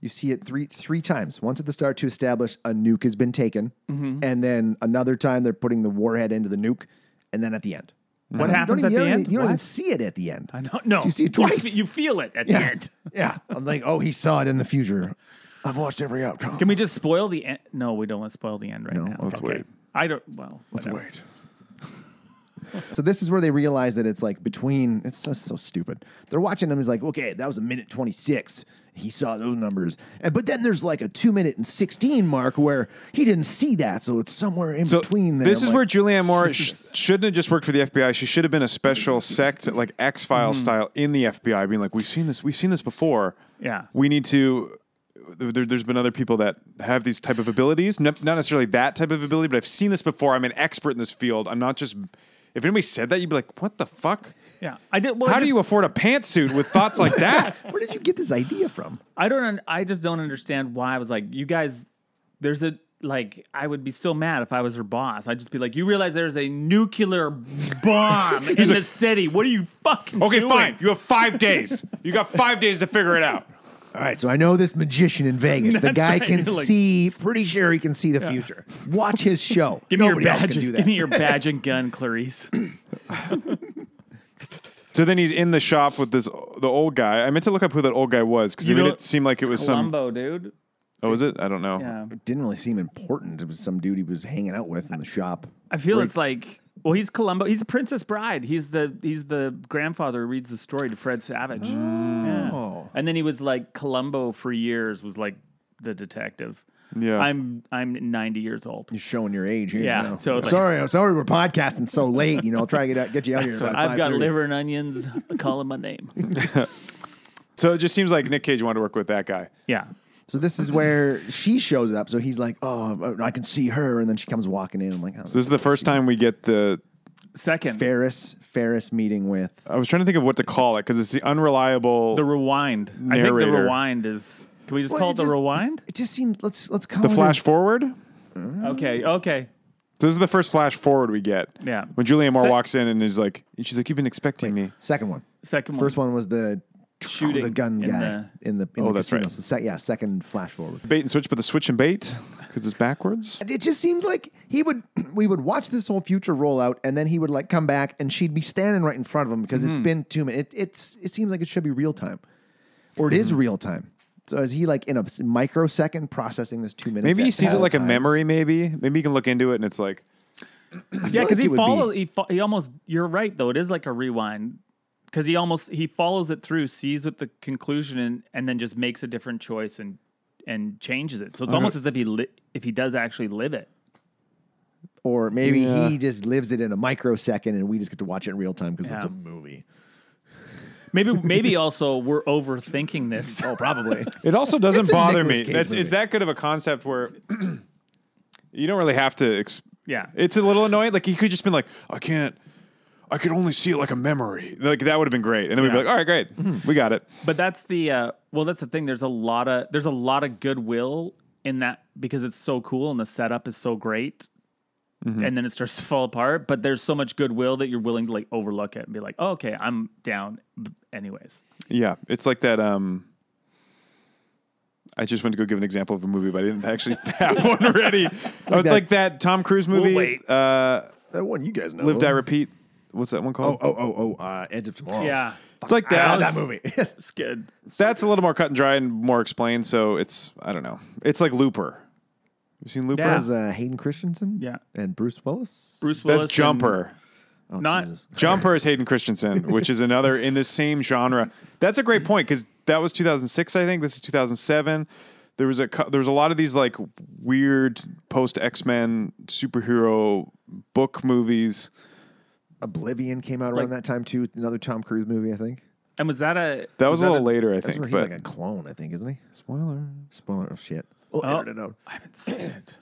You see it three three times. Once at the start to establish a nuke has been taken, Mm-hmm. and then another time they're putting the warhead into the nuke, and then at the end. What You don't happens even- at you the don't even- end? You don't even What? see it at the end. I don't know. So you see it twice. [LAUGHS] You, [LAUGHS] fe- you feel it at the yeah. end. yeah. I'm like, oh, he saw it in the future. I've watched every outcome. Can we just spoil the end? No, we don't want to spoil the end right now. let's wait. I don't. Well, let's wait. So this is where they realize that it's like between. It's so, so stupid. They're watching him. He's like, okay, that was a minute twenty six. He saw those numbers, and but then there's like a two minute and sixteen mark where he didn't see that. So it's somewhere in So between. There. this I'm is like, where Julianne Moore sh- shouldn't have just worked for the FBI. She should have been a special sect, like X Files style, in the FBI, being like, "We've seen this. We've seen this before. Yeah. we need to." There, there's been other people that have these type of abilities, N- not necessarily that type of ability, but I've seen this before. I'm an expert in this field. I'm not just. If anybody said that, you'd be like, "What the fuck? Yeah, I did. Well, I How do just- you afford a pantsuit with thoughts like that?" [LAUGHS] where did you get this idea from? I don't. Un- I just don't understand why I was like, you guys. There's a like. I would be so mad if I was her boss. I'd just be like, you realize there's a nuclear bomb in the city. What are you fucking? Okay, doing? fine. You have five days. You got five days to figure it out. All right, so I know this magician in Vegas. the That's guy right, can you're like- see, pretty sure he can see the future. Watch his show. [LAUGHS] Give me Nobody your else badge. can do that. Give me your badge and gun, Clarice. So then he's in the shop with this the old guy. I meant to look up who that old guy was because he You made know, it seem like it was some. Columbo, dude. Oh, was it? I don't know. Yeah, [LAUGHS] It didn't really seem important. It was some dude he was hanging out with in the shop. I feel it's like. Well, he's Columbo. He's Princess Bride. He's the he's the grandfather who reads the story to Fred Savage. Yeah. And then he was like Columbo for years. Was like the detective. Yeah. I'm I'm 90 years old. You're showing your age here. Yeah, you know. totally. Sorry, I'm sorry we're podcasting so late. You know, I'll try to get, out, get you out here. So by I've got 5:30. liver and onions. [LAUGHS] calling my name. So it just seems like Nick Cage wanted to work with that guy. Yeah. So this is where she shows up. So he's like, oh, I can see her. And then she comes walking in. I'm like, oh, This is the first time we get the. Second, Ferris, Ferris meeting with. Oh, I was trying to think of what to call it because it's the unreliable. the rewind. I think the Narrator. rewind is. Can we just Well, call it it the just- [LAUGHS] rewind? It just seemed, let's, let's call the it flash a- forward. Okay. Okay. So this is the first flash forward we get. Yeah. When Julianne Moore So- walks in and is like, and she's like, "You've been expecting me." Second one. Second First one. one was the Shooting the gun in guy in the in Oh, the that's casino. right. So sec- yeah, second flash forward. Bait and switch, but the switch and bait because it's backwards. It just seems like he would [CLEARS THROAT] we would watch this whole future rollout and then he would like come back and she'd be standing right in front of him because Mm-hmm. it's been two minutes. It, it's it seems like it should be real time, or it is Mm-hmm. real time. So is he like in a s- microsecond processing this two minutes? Maybe he at sees it all like a times? memory. Maybe maybe you can look into it and it's like, Yeah, like because it he would be. follows. He, fo- he almost. You're right though. It is like a rewind. Because he almost he follows it through, sees with the conclusion, and, and then just makes a different choice and and changes it. Uh-huh. So it's almost as if he li- if he does actually live it. Or maybe he just lives it in a microsecond and we just get to watch it in real time because it's a Yeah. movie. Maybe [LAUGHS] maybe also we're overthinking this. Oh, probably. It also doesn't It's a bother Nicolas me. Cage That's, movie. it's that good of a concept where [CLEARS THROAT] you don't really have to. Ex- [LAUGHS] Yeah. it's a little annoying. Like he could just been like, I can't. I could only see it like a memory. Like that would have been great. And then we'd be Yeah. like, all right, great, Mm-hmm. [LAUGHS] we got it. But that's the uh, well. That's the thing. There's a lot of there's a lot of goodwill in that because it's so cool and the setup is so great, and then it starts [LAUGHS] to fall apart. But there's so much goodwill that you're willing to like overlook it and be like, oh, okay, I'm down. b- Anyways, Yeah, it's like that. Um, I just went to go give an example of a movie, but I didn't actually [LAUGHS] have one ready. I was that- like that Tom Cruise movie, wait. uh, that one you guys know. Live Die Repeat. What's that one called? Oh, oh, oh, oh! Uh, Edge of Tomorrow. yeah, It's like Ah, that. that movie. [LAUGHS] it's good. That's a little more cut and dry and more explained. So it's I don't know. It's like Looper. You seen Looper? Yeah. was uh, Hayden Christensen. Yeah. And Bruce Willis. Bruce Willis. That's and- Jumper. Oh, Not- Jumper is Hayden Christensen, which is another in the same genre. That's a great point because that was 2006, I think. This is 2007. There was a cou- there was a lot of these like weird post X Men superhero book movies. Oblivion came out around Like- that time too. Another Tom Cruise movie, I think. And was that a That was, a that little later, I That's where think. he's But like a clone, I think, isn't he? spoiler. Spoiler of shit. We'll Oh. edit it out. I haven't seen it.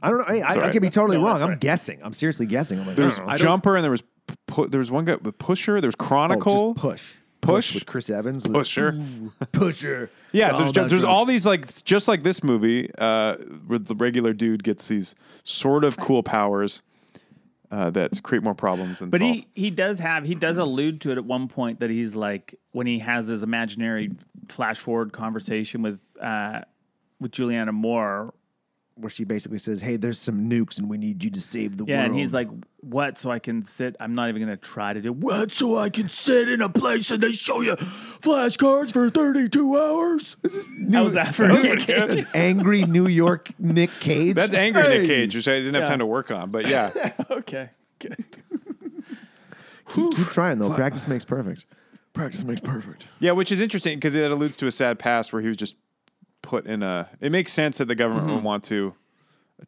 I don't know. Hey, I, I Sorry. could be totally No, wrong. that's I'm right. guessing. I'm seriously guessing. I'm like, oh, There's I don't know. Jumper and there was pu- there was one guy with Pusher. There was Oh, Chronicle. just push. Push? with Chris Evans. Pusher. Pusher. [LAUGHS] Yeah, Oh, It's all so there's, about just, there's drugs. all these like just like this movie, uh, where the regular dude gets these sort of cool powers uh, that create more problems than But solve. he, he does have he does allude to it at one point that he's like when he has his imaginary flash forward conversation with uh with Juliana Moore. where she basically says, "Hey, there's some nukes, and we need you to save the Yeah, world." and he's like, What so I can sit I'm not even gonna try to do what so I can sit in a place and they show you flashcards for thirty two hours? [LAUGHS] How was that for a That's angry New York [LAUGHS] Nick Cage. That's angry Nick Hey! Cage, which I didn't have Yeah. time to work on. But [LAUGHS] yeah, Okay. Good. Keep, keep trying though. Practice makes perfect. Practice makes perfect. yeah, which is interesting because it alludes to a sad past where he was just put in a. It makes sense that the government Mm-hmm. would want to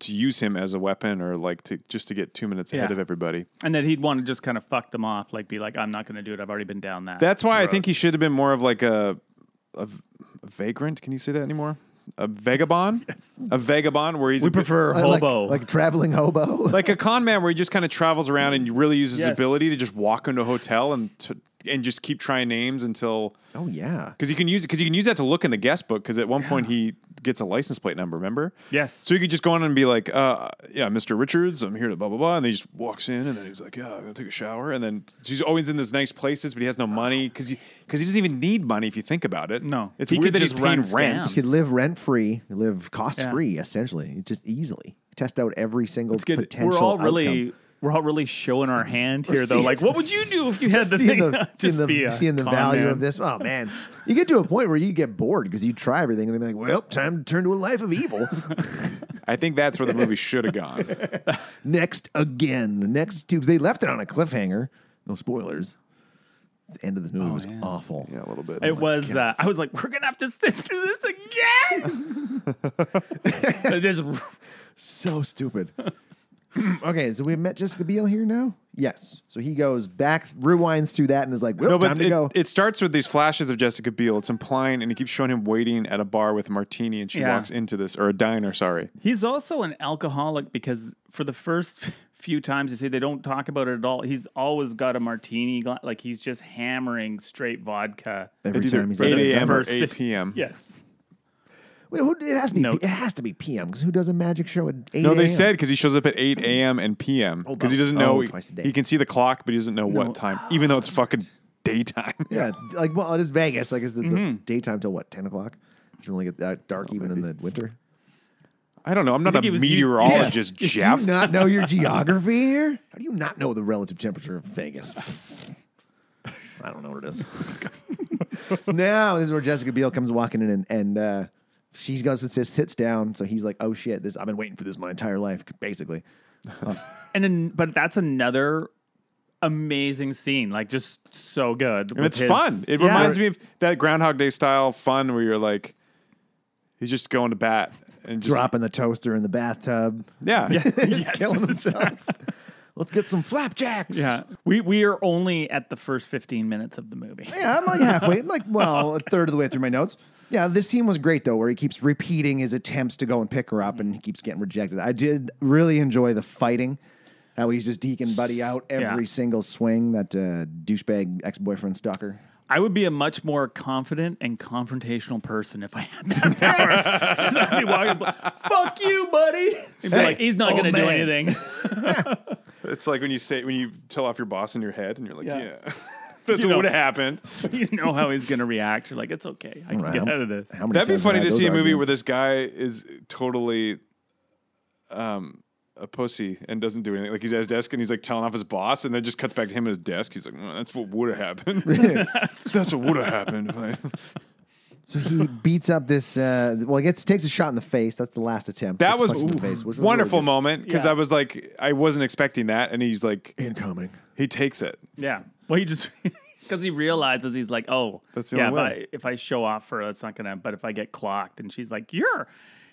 to use him as a weapon or like to just to get two minutes ahead Yeah. of everybody. And that he'd want to just kind of fuck them off, like be like, I'm not gonna do it, I've already been down that. That's why I think he should have been more of like a, a v- a vagrant. Can you say that anymore? [LAUGHS] A vagabond, a vagabond, where he's we a bit- prefer Like- like- hobo. like, a traveling hobo. like a con man where he just kind of travels around and really uses his Yes. ability to just walk into a hotel and to, and just keep trying names until oh yeah, because you can use because you can use that to look in the guest book because at one point he gets a license plate number. Remember? Yes. So you could just go on and be like, uh, yeah, Mr. Richards, I'm here to blah blah blah, and then he just walks in and then he's like, yeah, I'm gonna take a shower, and then he's always in these nice places, but he has no money because he because he doesn't even need money if you think about it. No. It's He weird could that he's just paying run rent. scams. you could live rent free, live cost free, Yeah. essentially, just easily. Test out every single It's good. potential. We're all outcome. really we're all really showing our hand here, though. seeing- Like, what would you do if you [LAUGHS] had [LAUGHS] the seeing thing? [LAUGHS] the, just seeing be the, a seeing the con value man. of this. Oh [LAUGHS] man, you get to a point where you get bored because you try everything and then be like, "Well, time to turn to a life [LAUGHS] of evil." I think that's where the movie should have gone. next again. Next Tuesday. They left it on a cliffhanger. No spoilers. The end of this Oh, movie was awful. Yeah, a little bit. It was. Uh, I was like, we're gonna have to sit through this again. [LAUGHS] It just- So stupid. [CLEARS THROAT] okay, so we have met Jessica Biel here now? Yes. So he goes back, rewinds through that, and is like, well, No, but time to it, go. it starts with these flashes of Jessica Biel. It's implying, and he keeps showing him waiting at a bar with a martini, and she Yeah. walks into this or a diner. Sorry, he's also an alcoholic because for the first few times you see they don't talk about it at all. He's always got a martini, gla- like he's just hammering straight vodka. Every Either time he's eight at a a.m. or first eight fif- p.m. Yes. Wait, who, it has to be Note. it has to be PM because who does a magic show at 8 No, they a.m.? said because he shows up at 8 a.m. and p.m. because he wow. doesn't Oh, know. twice a day. He can see the clock, but he doesn't know what time, even though it's fucking daytime. Yeah, like well, it is Vegas. Like it's, it's Mm-hmm. a daytime till what, ten o'clock? It's really get that dark even in the winter. I don't know. I'm not a think he was- [LAUGHS] meteorologist, Jeff. Do you not know your [LAUGHS] geography here? How do you not know the relative temperature of Vegas? I don't know what it is. [LAUGHS] so now this is where Jessica Biel comes walking in and, and uh, she goes and sits, sits down. So he's like, "Oh shit, this I've been waiting for this my entire life." Basically, And then, but that's another amazing scene. Like, just so good. and with it's his- fun. It Yeah. reminds me of that Groundhog Day style fun where you're like, he's just going to bat and just dropping the toaster in the bathtub, [LAUGHS] Yeah. he's killing [LAUGHS] himself. Let's get some flapjacks. Yeah, we we are only at the first fifteen minutes of the movie. Yeah, I'm like halfway, I'm like well, a third of the way through my notes. Yeah, this scene was great though, where he keeps repeating his attempts to go and pick her up, and he keeps getting rejected. I did really enjoy the fighting, how he's just deking Buddy out every Yeah. single swing. That uh, douchebag ex boyfriend stalker. I would be a much more confident and confrontational person if I had [LAUGHS] that power. Just I'd be walking, up, fuck you, buddy. And be like, he's not old going to do man." anything. [LAUGHS] It's like when you say, when you tell off your boss in your head and you're like, yeah. [LAUGHS] Yeah. That's You what know. would have happened. you know how he's going to react. You're like, it's okay. I can Right, get how- out of this. How many times That'd be have I funny had to those see a movie arguments? where this guy is totally um a pussy and doesn't do anything. Like he's at his desk and he's like telling off his boss, and then just cuts back to him at his desk. He's like, "Mm, "That's what would have happened. [LAUGHS] [LAUGHS] That's what would have happened." if I-" [LAUGHS] So he beats up this. Uh, well, he gets takes a shot in the face. That's the last attempt. That Gets was, punched in the ooh, face, which was really wonderful good. moment because Yeah. I was like, I wasn't expecting that, and he's like, Incoming. he takes it. Yeah. Well, he just, because he realizes he's like, oh, That's the yeah, only if way. I, if I show off for her, it's not going to, but if I get clocked and she's like, you're,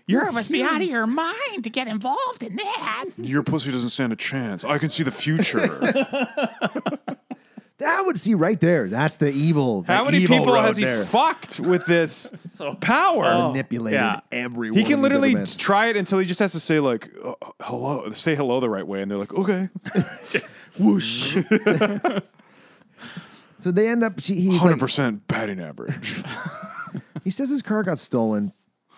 you must be out of your mind to get involved in this. [LAUGHS] Your pussy doesn't stand a chance. I can see the future. That would see right there. That's the evil. the How many evil people road has he there. fucked with this power? Oh. manipulated Yeah. every He one can of these other literally men. try it until he just has to say like uh, hello, say hello the right way, and they're like okay. Whoosh. So they end up. She, he's Hundred like, percent [LAUGHS] batting average. he says his car got stolen,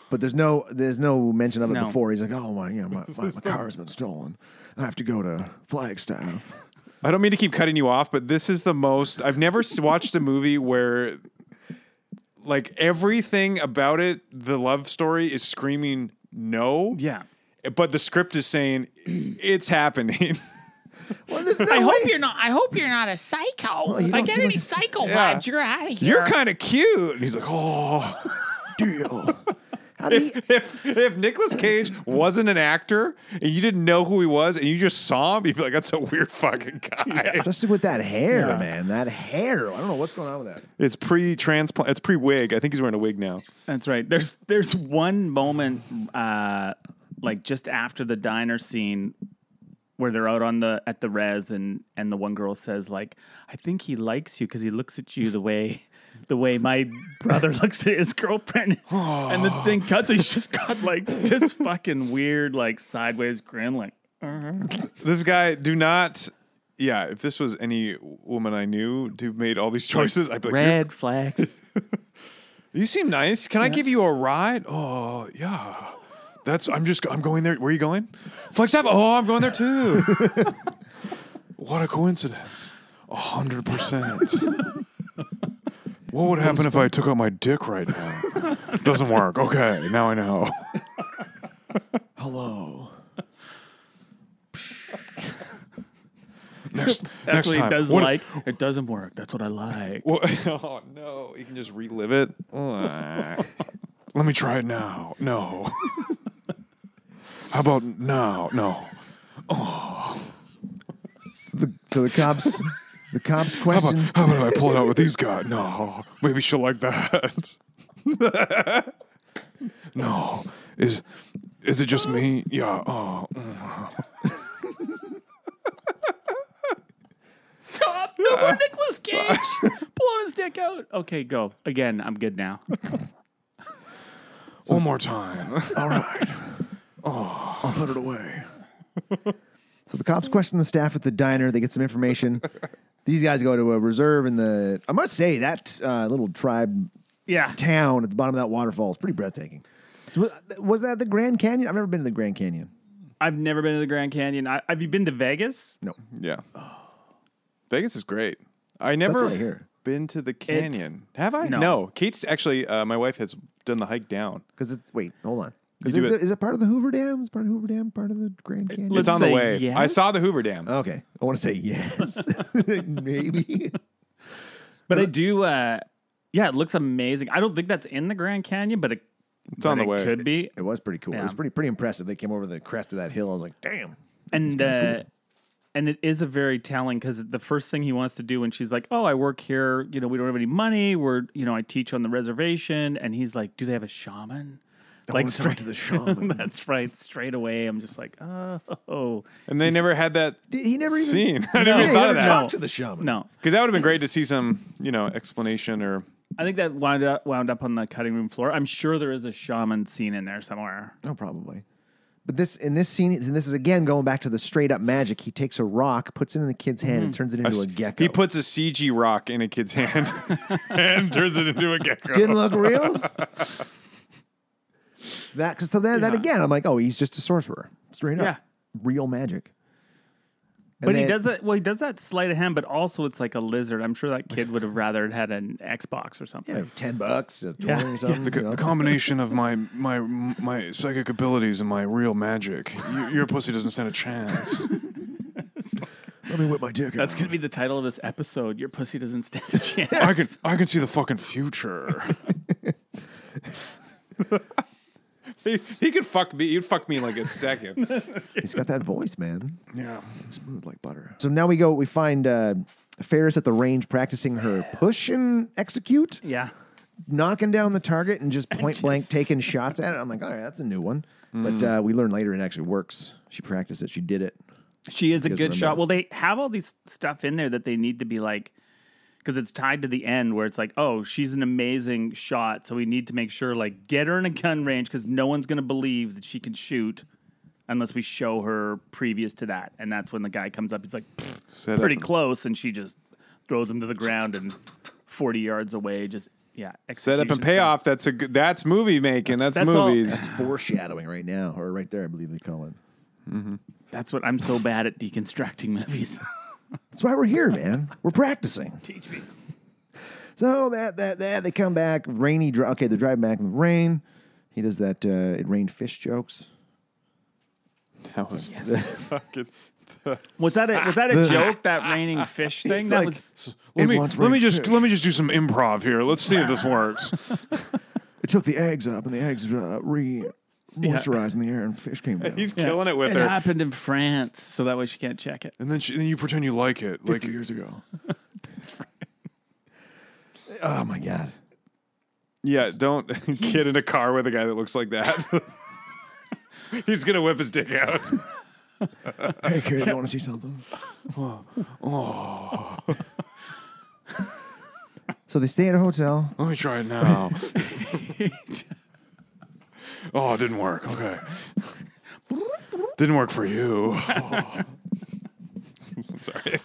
but there's no there's no mention of it No. before. He's like, oh my, yeah, my, my, my car has been stolen. I have to go to Flagstaff. I don't mean to keep cutting you off, but this is the most I've never s- watched a movie where like everything about it, the love story is screaming no. Yeah. But the script is saying it's happening. Well, there's no I way. hope you're not. I hope you're not a psycho. you if I don't get seem any like a- psycho Yeah. vibes, you're out of here. [LAUGHS] You're kind of cute. And he's like, oh. [LAUGHS] deal. How do you, If if Nicolas Cage wasn't an actor and you didn't know who he was and you just saw him, you'd be like, that's a weird fucking guy. especially with that hair, man. That hair. I don't know what's going on with that. It's pre transplant. It's pre wig. I think he's wearing a wig now. That's right. There's there's one moment, uh, like just after the diner scene, where they're out on the at the res, and and the one girl says like, "I think he likes you because he looks at you the way." The way my brother looks at his girlfriend, and the [SIGHS] thing cuts, he's just got like this fucking weird, like sideways grin, like This guy, do not. Yeah, if this was any woman I knew who made all these [LAUGHS] choices, I'd be like, "You're- red flags. you seem nice. Can I give you a ride? Oh, yeah. That's, I'm just, I'm going there. Where are you going? Flagstaff. Oh, I'm going [LAUGHS] there too. what a coincidence. A [LAUGHS] hundred percent. What would happen if I took out my dick right now? Doesn't work. Okay, now [LAUGHS] I know. Hello. That's next next what he time. does What- like. It doesn't work. That's what I like. Well, [LAUGHS] oh no, you can just relive it. [LAUGHS] Ugh. Let me try it now. [LAUGHS] No. How about now? No. So the, so the cops, [LAUGHS] the cops How [LAUGHS] about, question. how about I pull it out with these guys? No. Maybe she'll like that. [LAUGHS] no. Is is it just me? Yeah. Oh. Stop! No more Nicolas [LAUGHS] Cage! Pulling his dick out. Okay, go. Again, I'm good now. One more time. [LAUGHS] All right. Oh, I'll put it away. so the cops question the staff at the diner. They get some [LAUGHS] information. These guys go to a reserve in the. I must say that uh, little tribe Yeah. town at the bottom of that waterfall is pretty breathtaking. Was- Was that the Grand Canyon? I've never been to the Grand Canyon. I've never been to the Grand Canyon. I, have you been to Vegas? No, yeah. Vegas is great. I that's never what I hear. been to the canyon. Have I? No. Kate's actually, uh, my wife has done the hike down. Because it's wait, hold on. 'Cause You do is, it- it, is it part of the Hoover Dam? Is part of Hoover Dam part of the Grand Canyon? Let's it's on the say way. I yes. saw the Hoover Dam. okay, I want to say yes, maybe. But I do. Uh, yeah, it looks amazing. I don't think that's in the Grand Canyon, but it, it's on but the it way. could be. It was pretty cool. It was Yeah. pretty pretty impressive. They came over the crest of that hill. I was like, damn. and uh, and it is a very telling because the first thing he wants to do when she's like, "Oh, I work here. You know, we don't have any money. We're you know, I teach on the reservation." And he's like, "Do they have a shaman?" like wanna talk to [LAUGHS] the shaman. that's right. Straight away, I'm just like, "Oh, and they never had that Did he never even scene. [LAUGHS] I never Yeah, even he thought of never that. talked to the shaman. no." Because that would have been great to see some, you know, explanation or I think that wound up wound up on the cutting room floor. I'm sure there is a shaman scene in there somewhere. Oh, probably. But this in this scene, and this is again going back to the straight up magic. He takes a rock, puts it in the kid's hand, and turns it into a gecko. He puts a CG rock in a kid's [LAUGHS] hand and turns it into a gecko. didn't look real. that 'cause so then that again, I'm like, oh, he's just a sorcerer, straight up, Yeah. [LAUGHS] real magic. And But he then- does that. Well, he does that sleight of hand, but also it's like a lizard. I'm sure that kid would have rather it had an Xbox or something. Yeah, ten bucks, uh, twenty Yeah. or something. The, you know. co- the combination of my my my psychic abilities and my real magic. Your, your pussy doesn't stand a chance. Let me whip my dick. That's out. gonna be the title of this episode. Your pussy doesn't stand [LAUGHS] a chance. I can I can see the fucking future. [LAUGHS] He, he could fuck me. He'd fuck me in like a second. He's got that voice, man. Yeah. Smooth like butter. So now we go. We find uh, Ferris at the range practicing her push and execute, yeah. knocking down the target and just point blank taking shots at it. I'm like, all right, that's a new one. But uh, we learn later it actually works. She practiced it. She did it. She is a guys good remember shot. that? Well, they have all these stuff in there that they need to be like because it's tied to the end where it's like, oh, she's an amazing shot, so we need to make sure like get her in a gun range because no one's gonna believe that she can shoot unless we show her previous to that. And that's when the guy comes up, he's like [LAUGHS] Set pretty up, close, and she just throws him to the ground and forty yards away, just yeah. set up execution and pay style. off. That's a good, that's movie making. That's, that's all- [LAUGHS] movies. It's foreshadowing right now, or right there, I believe they call it. That's what I'm so bad at deconstructing movies. [LAUGHS] That's why we're here, man. We're practicing. Teach me. So that that that they come back. Rainy. Dri- okay, they're driving back in the rain. He does that. Uh, it rained fish jokes. That was fucking. was that a, was that [LAUGHS] a joke? That raining fish thing? That like- was Let It me wants let me raised just fish. let me just do some improv here. Let's see if this works. It took the eggs up, and the eggs uh, re moisturized in the air, and fish came down. He's killing it with It her. happened in France, so that way she can't check it. [LAUGHS] And then she, then you pretend you like it. [LAUGHS] Like Fifty years ago. oh my god. Yeah, don't [LAUGHS] get in a car with a guy that looks like that. [LAUGHS] He's gonna whip his dick [LAUGHS] out. Hey kid, you want to see something? Oh, so they stay at a hotel. let me try it [LAUGHS] now. oh, it didn't work. Okay. didn't work for you. I'm sorry.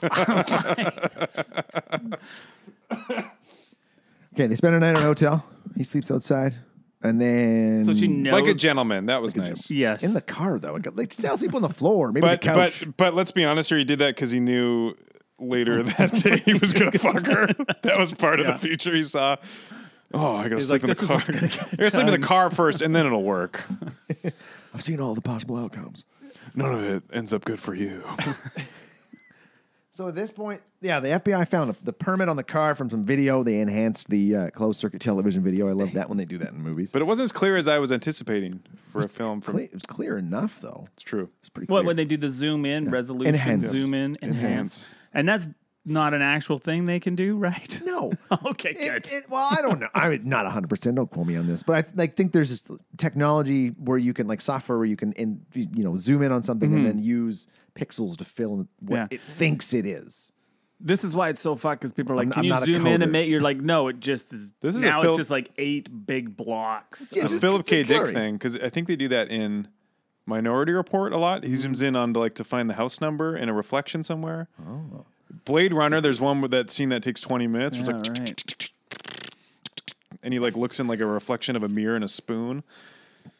Okay, they spend a night at a hotel. He sleeps outside, and then So she knows. Mm. like a gentleman. That was nice. yes. in the car though. It got- Like she tells people on the floor, maybe But the couch. but but let's be honest here. He did that because he knew [LAUGHS] later that day he was gonna fuck her. [LAUGHS] That was part of Yeah. the future he saw. Oh, I gotta like, sleep in the "This is car. what's I gonna get it [LAUGHS] gotta sleep in done." the car first, [LAUGHS] and then it'll work. I've seen all the possible outcomes. None of it ends up good for you. So at this point, yeah, the FBI found the permit on the car from some video. They enhanced the uh, closed circuit television video. I love that when they do that in movies. But But it wasn't as clear as I was anticipating for a film. From it was clear enough though. it's true. It's pretty clear. what when they do the zoom in resolution, Enhance. zoom in, enhance. and that's not an actual thing they can do, [LAUGHS] right? no. okay, good. It, it, well, I don't know. I'm not 100. percent Don't quote me on this, but I th- like think there's this technology where you can like software where you can in, you know zoom in on something and then use pixels to fill in what Mm-hmm. Yeah. it thinks it is. this is why it's so fucked because people are like, I'm- "Can I'm you not a zoom in coder. and make?" You're like, "No, it just is." This is a now Phil- it's just like eight big blocks. of- Yeah, the just- Philip K. just Dick blurry. thing because I think they do that in Minority Report a lot. He Mm-hmm. zooms in on to like to find the house number in a reflection somewhere. Oh. Blade Runner, there's one with that scene that takes 20 minutes. where Yeah, it's [LAUGHS] like, right. and he like looks in like a reflection of a mirror and a spoon.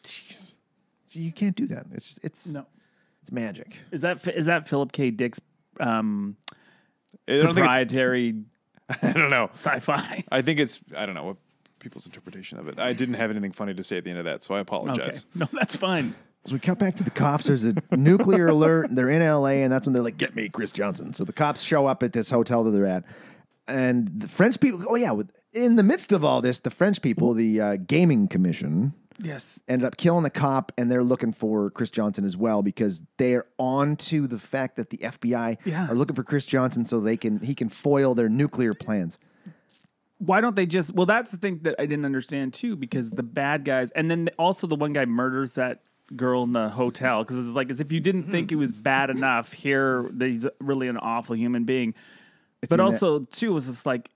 So you can't do that. It's just it's No. it's magic. Is that is that Philip K. Dick's um, I don't think it's, proprietary [LAUGHS] I don't know. [LAUGHS] sci-fi? I think it's I don't know what people's interpretation of it. I didn't have anything funny to say at the end of that, so I Okay, apologize. no, that's fine. So we cut back to the cops. There's a [LAUGHS] nuclear alert. They're in LA, and that's when they're like, "Get me, Chris Johnson." So the cops show up at this hotel that they're at, and the French people. Oh yeah, with, in the midst of all this, the French people, the uh, gaming commission, Yes, ended up killing the cop, and they're looking for Chris Johnson as well because they're on to the fact that the FBI Yeah. are looking for Chris Johnson so they can he can foil their nuclear plans. why don't they just well that's the thing that i didn't understand too because the bad guys and then also the one guy murders that girl in the hotel because it's like as if you didn't think he was bad enough here that he's really an awful human being but in that- also too it was just like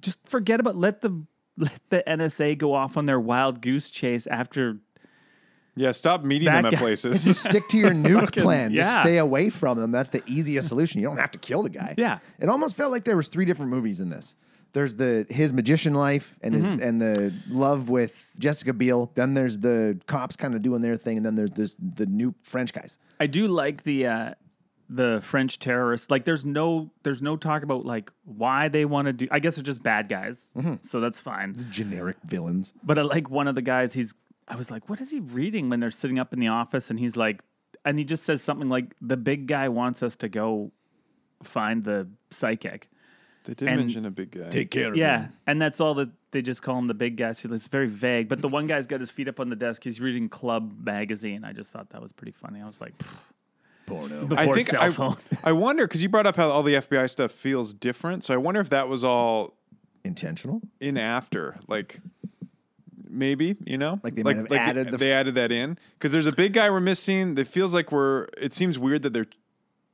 just forget about let the let the nsa go off on their wild goose chase after Yeah, stop meeting That them at guy- places. Just stick to your nuke [LAUGHS] fucking- plan. Just yeah. stay away from them. That's the easiest solution. You don't have to kill the guy. Yeah. It almost felt like there was three different movies in this. There's the his magician life and Mm-hmm. his and the love with Jessica Biel. Then there's the cops kind of doing their thing, and then there's this the new French guys. I do like the uh, the French terrorists. Like, there's no there's no talk about like why they want to do. I guess they're just bad guys, so that's fine. Generic villains. But I like one of the guys. He's I was like, what is he reading when they're sitting up in the office? And he's like, and he just says something like, the big guy wants us to go find the psychic. they did And- mention a big guy. care of Yeah, and that's all that they just call him the big guy. So it's very vague. But the one guy's got his feet up on the desk. He's reading Club magazine. I just thought that was pretty funny. I was like, pfft, porno. before I think cell I, phone. I wonder because you brought up how all the FBI stuff feels different. So I wonder if that was all Intentional? in after, like maybe you know, Like they might have added the- they added that in because there's a big guy we're missing. That feels like we're. It seems weird that they're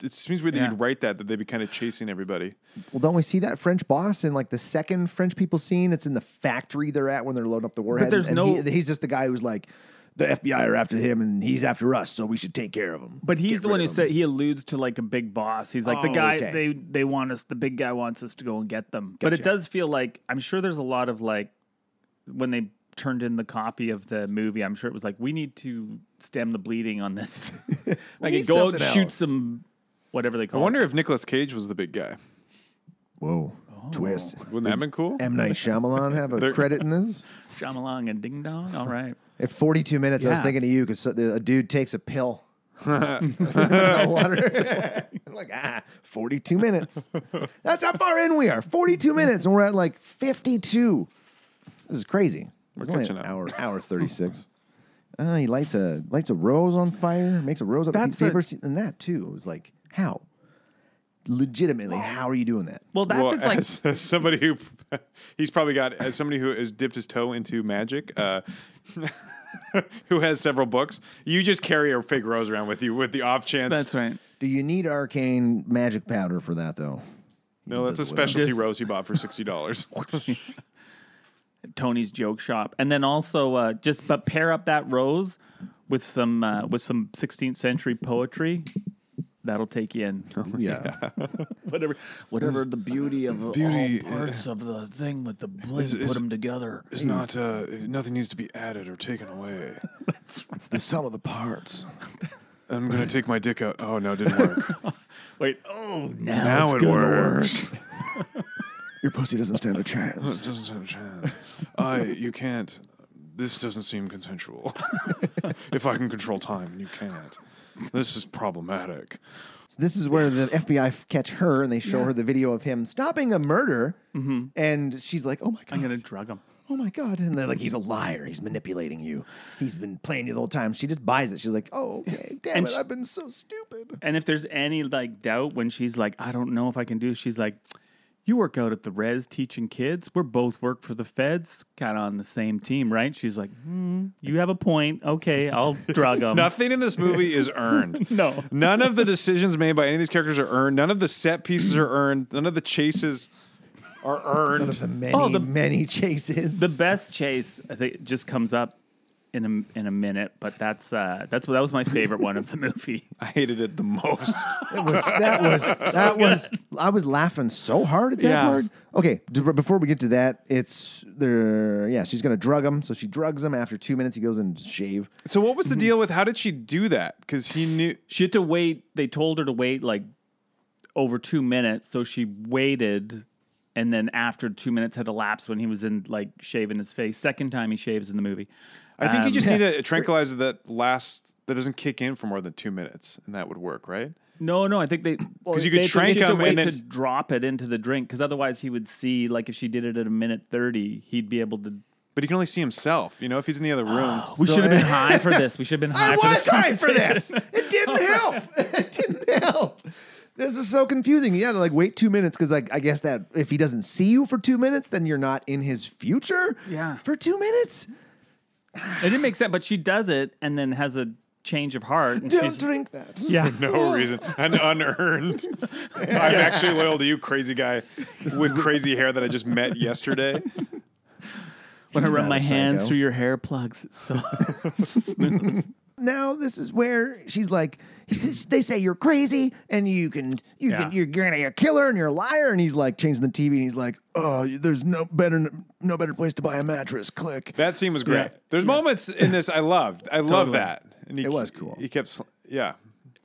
it seems weird that Yeah. you'd write that that they'd be kind of chasing everybody. Well, don't we see that French boss in like the second French people scene? It's in the factory they're at when they're loading up the warhead. there's and no- he- he's just the guy who's like, the FBI are after him and he's after us, so we should take care of him. But he's Get the rid one who of him. said he alludes to like a big boss. He's like the Oh, guy okay. they they want us. The big guy wants us to go and get them. But it Gotcha. does feel like I'm sure there's a lot of like when they turned in the copy of the movie. I'm sure it was like we need to stem the bleeding on [LAUGHS] this. [LAUGHS] like need go out and something shoot else. some whatever they I call. wonder if Nicolas Cage was the big guy. Whoa. Oh. Twist. Wouldn't that have been cool? M. Night Shyamalan have a credit in this? it. Shyamalan and Ding Dong. All [LAUGHS] right, At 42 minutes, I was Yeah. thinking of you because a dude takes a pill. [LAUGHS] Water. [LAUGHS] I'm like, ah, 42 minutes. That's how far in we are. 42 minutes, and we're at like 52. This is crazy. We're catching up. Hour, hour 36. Uh, he lights a lights a rose on fire, makes a rose out of That's piece of paper, a- See, and that too. It was like, how? Legitimately, how are you doing that? well that's well, it's like as, as somebody who [LAUGHS] he's probably got as somebody who has dipped his toe into magic, uh, [LAUGHS] who has several books. You just carry a fake rose around with you with the off [LAUGHS] chance. that's right. Do you need arcane magic powder for that though? No, that's a Doesn't work. specialty [LAUGHS] Just- rose he bought for sixty dollars. Tony's joke shop, and then also uh, just but pair up that rose with some uh, with some 16th century poetry. That'll take you in. Yeah. whatever, whatever the beauty of beauty, uh, all parts of the thing with the bling, put 'em is- put them together. It's not, uh, nothing needs to be added or taken away. it's the sum of the parts. I'm going to take my dick out. Oh, no, it didn't work. Wait, oh, now, now it's it gonna works. work. Your pussy doesn't stand a [LAUGHS] chance. It doesn't stand a chance. I, you can't. This doesn't seem consensual. [LAUGHS] if I can control time and you can't, this is problematic. So this is where the FBI f- catch her and they show her the video of him stopping a murder, Mm-hmm. and she's like, "Oh my god, I'm gonna drug them. oh my god!" And they're like, "He's a liar. He's manipulating you. He's been playing you the whole time." She just buys it. She's like, "Oh okay, [LAUGHS] damn And it, sh- I've been so stupid." And if there's any like doubt when she's like, I don't know if I can do, she's like, you work out at the res teaching kids. We're both work for the feds, kind of on the same team, right? She's like, hmm, you have a point. Okay, [LAUGHS] I'll drug them. Nothing in this movie is earned. No. None of the decisions made by any of these characters are earned. None of the set pieces are earned. None of the chases are earned. The many, Oh, the- [LAUGHS] many chases. The best chase, I think, just comes up in a in a minute. But that's uh, that's that was my favorite one of the [LAUGHS] movie. I hated it [LAUGHS] the most. [LAUGHS] That was that was that was I was laughing so hard at that Oh, Yeah. part. Okay, d- before we get to that, it's there. Yeah, she's gonna drug him, so she drugs him. After two minutes, he goes and shave. so what was the deal with how did she do that? Because he knew She had to wait. They told her to wait like over two minutes, so she waited, and then after two minutes had elapsed, when he was in like shaving his face, second time he shaves in the movie. I think you Um, just [LAUGHS] need a tranquilizer that lasts that doesn't kick in for more than two minutes, and that would work, right? No, no, I think they Because you could they- shrink they just him wait and then- to drop it into the drink, because otherwise he would see like if she did it at a minute thirty, he'd be able to. But he can only see himself. You know, if he's in the other room, We should [LAUGHS] have been high for this. We should have been high I for was this. high for this. It [LAUGHS] didn't help. It didn't help. This is so confusing. Yeah, they're like wait two minutes because like I guess that if he doesn't see you for two minutes, then you're not in his future. Yeah. for two minutes. It didn't make sense, but she does it and then has a change of heart. And Don't she's- drink that. yeah. [LAUGHS] no reason, [LAUGHS] an unearned. I'm actually loyal to you, crazy guy with crazy hair that I [LAUGHS] just met yesterday. When I He's rub not my a hands psycho. through your hair plugs, it's so smooth. now this is where she's like he says, they say you're crazy and you can you Yeah. can you're gonna be a killer and you're a liar and he's like changing the TV and he's like Oh, there's no better no better place to buy a mattress. Click. That scene was great. Yeah. There's moments in this I loved. I love that. And he, It was cool. He kept, sl- yeah.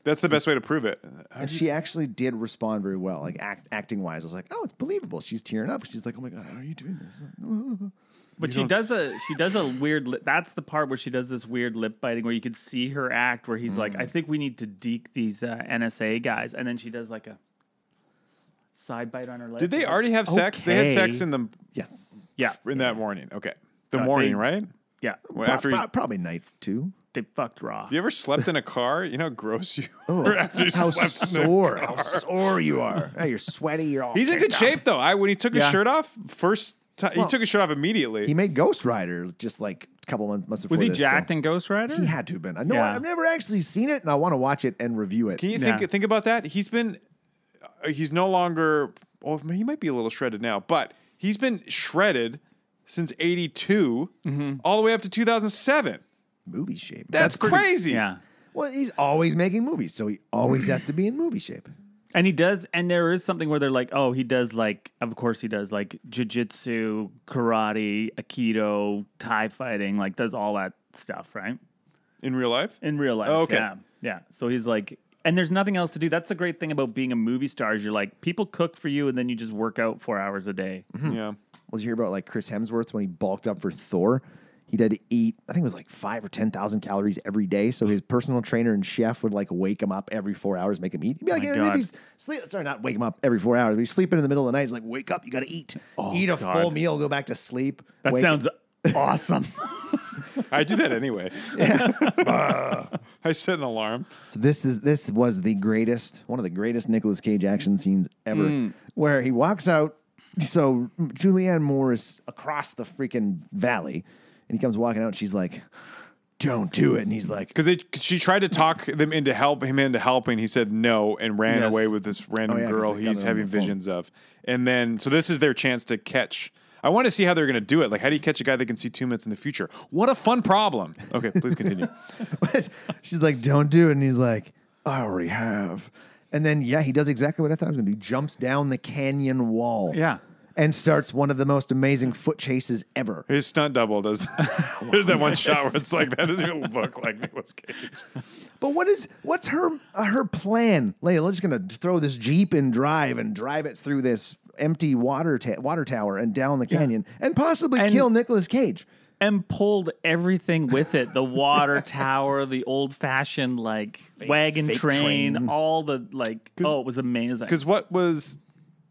That's the best way to prove it. and she actually did respond very well like act, acting wise I was like oh it's believable she's tearing up she's like oh my god how are you doing this But she does a she does a weird. Li- that's the part where she does this weird lip biting, where you could see her act, where he's like, "I think we need to deke these uh, NSA guys," and then she does like a side bite on her lip. Did they already have sex? They had sex Okay. in the yes Yeah, in that morning. Okay, the I morning, think- right? yeah. Well, Pro- after you, pro- probably night two They fucked raw. you ever slept in a car? You know how [LAUGHS] gross you. were after you how slept in a sore how sore you are [LAUGHS] oh, you're sweaty you're all He's in kicked good up. shape though. I when he took Yeah. his shirt off first, ti- he took his shirt off immediately. he made Ghost Rider just like couple months months before Was he this, so- jacked in Ghost Rider? He had to have been. I know. Yeah. I've never actually seen it, and I want to watch it and review it. Can you Yeah. think think about that? He's been uh, he's no longer well, he might be a little shredded now, but he's been shredded since 82 Mm-hmm. all the way up to 2007. movie shape. That's, crazy. Yeah. well, he's always making movies, so he always has to be in movie shape. And he does, and there is something where they're like, oh, he does like, of course he does like jujitsu, karate, aikido, Thai fighting, like does all that stuff, right? In real life? In real life. Oh, okay. Yeah. Yeah. So he's like, and there's nothing else to do. That's the great thing about being a movie star is you're like, people cook for you and then you just work out four hours a day. Mm-hmm. Yeah. Was you hear about like Chris Hemsworth when he bulked up for Thor? He had to eat, I think it was like five or ten thousand calories every day. So his personal trainer and chef would like wake him up every four hours, make him eat. Oh He'd be like, if he's sleep, sorry, not wake him up every four hours, but he's sleeping in the middle of the night. He's like, wake up, you got to eat, eat a full meal, go back to sleep. Oh That wake- [LAUGHS] sounds awesome. I do [LAUGHS] that anyway. [LAUGHS] I set an alarm. So this is this was the greatest, one of the greatest Nicolas Cage action scenes ever, where he walks out. So Julianne Moore is across the freaking valley, and he comes walking out, and she's like, "Don't do it," and he's like, [LAUGHS] Because she tried to talk them into help him into helping. He said no and ran Yes. away with this random Oh, yeah, 'cause girl they got he's it on the having phone. visions of. And then so this is their chance to catch. I want to see how they're going to do it. Like, how do you catch a guy that can see two minutes in the future? What a fun problem. Okay, please [LAUGHS] continue. she's like, "Don't do it," and he's like, "I already have." And then yeah, he does exactly what I thought I was going to do. Jumps down the canyon wall, Yeah. and starts one of the most amazing foot chases ever. His stunt double does. [LAUGHS] There's that one shot where it's like that doesn't even look like Nicolas [LAUGHS] Cage. But what is what's her uh, her plan? Layla's just gonna throw this jeep and drive and drive it through this empty water ta- water tower and down the canyon and possibly And- kill Nicolas Cage. and pulled everything with it the [LAUGHS] water tower the old fashioned like wagon fake train, train. all the like oh it was amazing Because what was?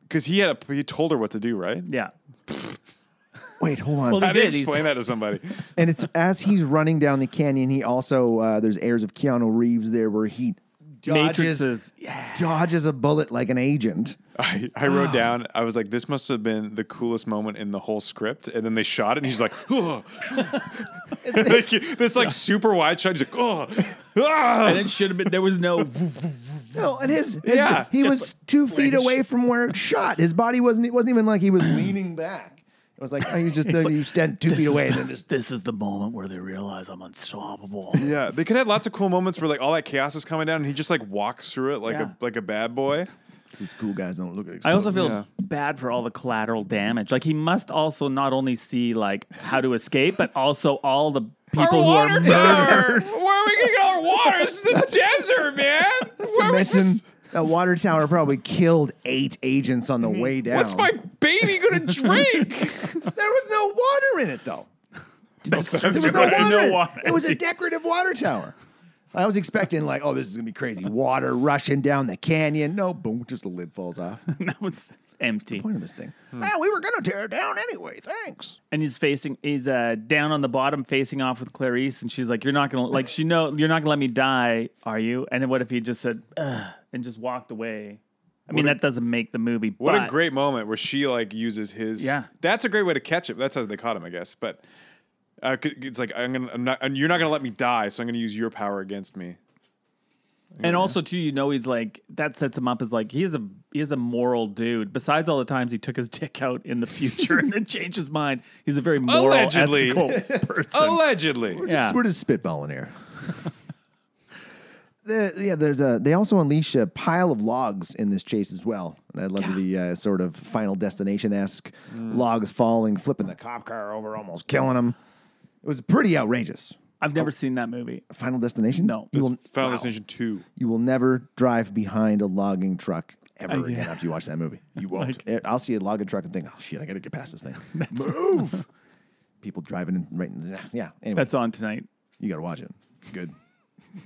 Because he had a he told her what to do, right? yeah Wait, hold on. Well, How do you did, he's- explain that to somebody? and it's as he's running down the canyon, he also uh, there's airs of Keanu Reeves there where he dodges matrices yeah dodges a bullet like an agent. I, I Oh. wrote down. I was like, this must have been the coolest moment in the whole script. And then they shot it, and he's like, [LAUGHS] "Ugh." [LAUGHS] like this like super wide shot. He's like, [LAUGHS] oh, and it should have been there was [LAUGHS] no No, and his, his- Yeah. he was two feet away from where it shot. His body wasn't it wasn't even like he was leaning back. It was like oh, you just you stand two feet away and then just This is the moment where they realize I'm unstoppable. yeah. They could have lots of cool moments where like all that chaos is coming down, and he just like walks through it like Yeah. a like a bad boy. these cool guys don't look at. i also feel bad for all the collateral damage like he must also not only see like how to escape but also all the people who are murdered [LAUGHS] Where are we gonna get our water? This is the desert, man. Where to are we mention supposed- that water tower probably killed eight agents on the way down. What's my baby gonna drink? There was no water in it though. there There was no water. in it. water. It was a decorative water tower. I was expecting like, oh, this is gonna be crazy. Water rushing down the canyon. No, boom, just the lid falls off. [LAUGHS] What's that was empty the point of this thing. Ah, we were gonna tear it down anyway. Thanks. and he's facing he's uh down on the bottom facing off with clarice and she's like you're not gonna like she know you're not gonna let me die are you and then what if he just said Ugh, and just walked away i mean that doesn't make the movie What but a great moment where she like uses his. Yeah. that's a great way to catch him. That's how they caught him, I guess. But uh, c- it's like I'm gonna, I'm not, and you're not gonna let me die, so I'm gonna use your power against me. and also too you know he's like that sets him up as like he's a he's a moral dude besides all the times he took his [LAUGHS] dick out in the future and then changed his mind he's a very moral Allegedly. ethical [LAUGHS] person Allegedly, yeah We're just spitballing here. [LAUGHS] The- yeah, there's a. They also unleash a pile of logs in this chase as well, and I love the uh, sort of Final Destination esque Mm. logs falling, flipping the cop car over, almost killing him. It was pretty outrageous. i've never seen that movie Final Destination? No. you will, Final Destination Two. you will never drive behind a logging truck ever again after you watch that movie. [LAUGHS] You won't. Eh, I'll see a logging truck and think, oh shit, I gotta get past this thing. [LAUGHS] Move. People driving in, right? In, yeah. Anyway. that's on tonight [LAUGHS] You got to watch it. It's good. [LAUGHS]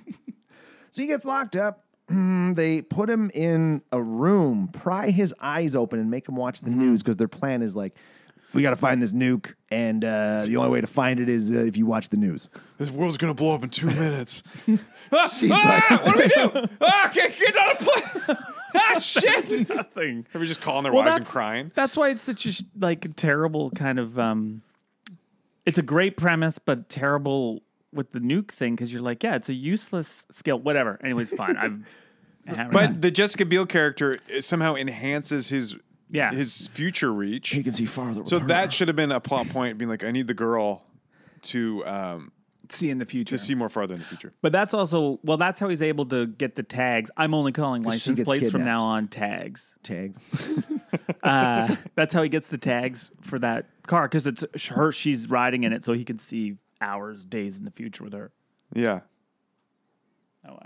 so he gets locked up. [CLEARS THROAT] Mm, They put him in a room, pry his eyes open, and make him watch the news because their plan is like, we got to find this nuke, and uh, the only way to find it is uh, if you watch the news. This world's gonna blow up in two minutes. Ah, ah, what do we do? ah, okay, get on a plane. ah, shit. nothing Are we just calling their Well, wives and that's- crying? That's why it's such a sh- like terrible kind of um it's a great premise, but terrible with the nuke thing because you're like, yeah, it's a useless skill. Whatever. Anyways, fine. [LAUGHS] I'm. But the Jessica Biel character uh, somehow enhances his Yeah. his future reach. He can see farther. So with her. that should have been a plot point, being like, I need the girl to um, see in the future. to see more farther in the future. But that's also well. That's how he's able to get the tags. I'm only calling she license gets plates from kidnapped. now on tags. Tags. [LAUGHS] Uh, that's how he gets the tags for that car because it's sh- her. She's riding in it, so he can see hours, days in the future with her. Yeah. Oh,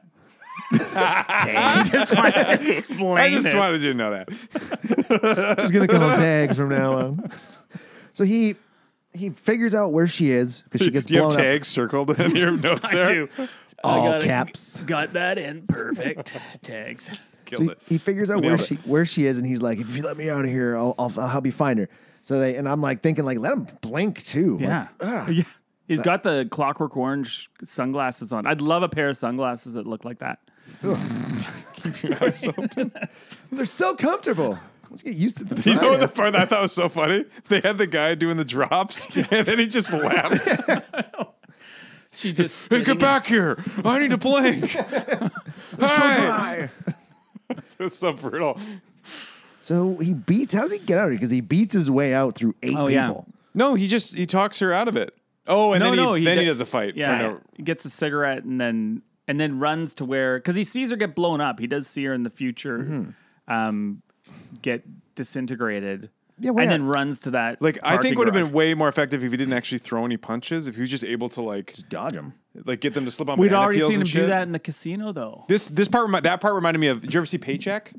I, [LAUGHS] I just wanted to explain I just it. wanted you to know that. Just gonna call tags from now on. So he he figures out where she is because she gets [LAUGHS] Do you blown have up. tags circled in your notes there? [LAUGHS] I do. All I gotta- caps. Got that in perfect [LAUGHS] tags. So Killed he, it. he figures out where Nailed it. she where she is, and he's like, "If you let me out of here, I'll, I'll, I'll help you find her." So they and I'm like thinking, like, let him blink too. Like, Yeah. yeah. He's got the clockwork orange sunglasses on. I'd love a pair of sunglasses that look like that. they're so comfortable. Let's get used to the. [LAUGHS] You know what the part that I thought was so funny? They had the guy doing [LAUGHS] the drops, and then he just laughed. She [LAUGHS] just Hey, get back here! I need [LAUGHS] to blink. Hey! It's [LAUGHS] so brutal. So he beats. How does he get out of here? Because he beats his way out through eight Oh, yeah. people. No, he just he talks her out of it. Oh, and No, then, no, he, he then he d- does a fight. for Yeah, no- he gets a cigarette and then and then runs to where because he sees her get blown up. He does see her in the future, Mm-hmm. um, get disintegrated. Yeah, why and not? then runs to that. like I think parking would have been garage. way more effective if he didn't actually throw any punches. If he was just able to like Dodge him. like get them to slip on. We'd banana already peels seen him and shit. do that in the casino, though. This this part remi- that part reminded me of. Did you ever see Paycheck?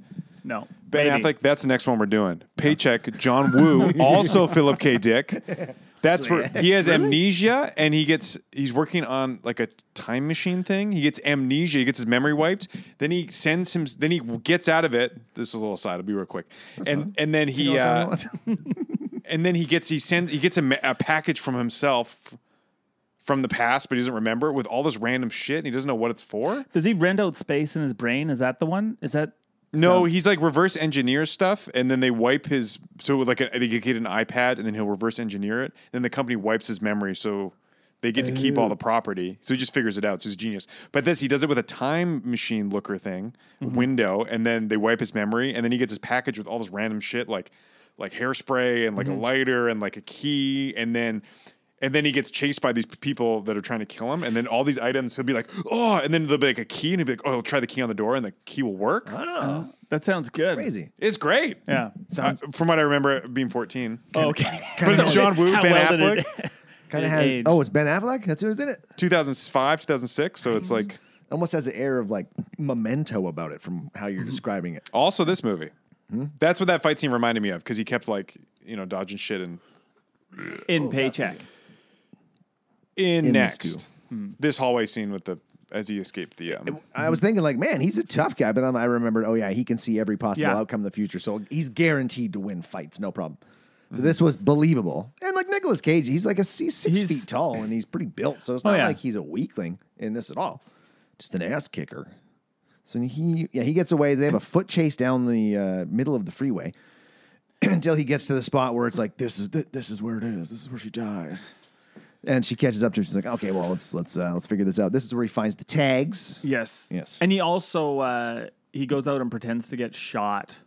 No, Ben maybe. Affleck. That's the next one we're doing. Paycheck. John Woo. also Philip K. Dick. That's where he has amnesia and he gets. He's working on like a time machine thing. He gets amnesia. He gets his memory wiped. Then he sends him. Then he gets out of it. This is a little side. It'll be real quick. and and then he. uh, and then he gets he sends he gets a, me- a package from himself. From the past, but he doesn't remember it with all this random shit, and he doesn't know what it's for. Does he rent out space in his brain? Is that the one? Is that No, he's like reverse engineer stuff, and then they wipe his. So like a, they get an iPad, and then he'll reverse engineer it. Then the company wipes his memory, so they get to keep all the property. So he just figures it out. So he's a genius. But this, he does it with a time machine looker thing window, and then they wipe his memory, and then he gets his package with all this random shit like like hairspray and like a lighter and like a key, and then. And then he gets chased by these people that are trying to kill him. And then all these items, he'll be like, oh, and then there'll be like a key, and he'll be like, oh, he'll try the key on the door, and the key will work. that sounds good? Crazy. It's great. Yeah. Sounds Uh, from what I remember, being 14. Oh, okay. [LAUGHS] But it's John Woo, How Ben well did Affleck, it- kind It of has. aged. Oh, it's Ben Affleck. That's who's in it. 2005, 2006. So it's Hmm. like Almost has an air of like memento about it from how Mm-hmm. you're describing it. also this movie. Hmm? That's what that fight scene reminded me of because he kept like, you know, dodging shit and [LAUGHS] Oh, in paycheck. in, In this next. Hmm. This hallway scene with the, as he escaped the, um, I was thinking like, man, he's a tough guy, but then I remembered, oh yeah, he can see every possible Yeah. outcome in the future, so he's guaranteed to win fights, no problem. So this was believable, and like Nicolas Cage, he's like a he's six He's- Oh, feet tall and he's pretty built, so it's not yeah. like he's a weakling in this at all. Just an ass kicker. So he yeah he gets away. They have a foot chase down the uh, middle of the freeway [CLEARS THROAT] until he gets to the spot where it's like this is th- this is where it is. This is where she dies. And she catches up to him. She's like, "Okay, well, let's let's uh, let's figure this out." This is where he finds the tags. Yes. Yes. And he also uh, he goes out and pretends to get shot.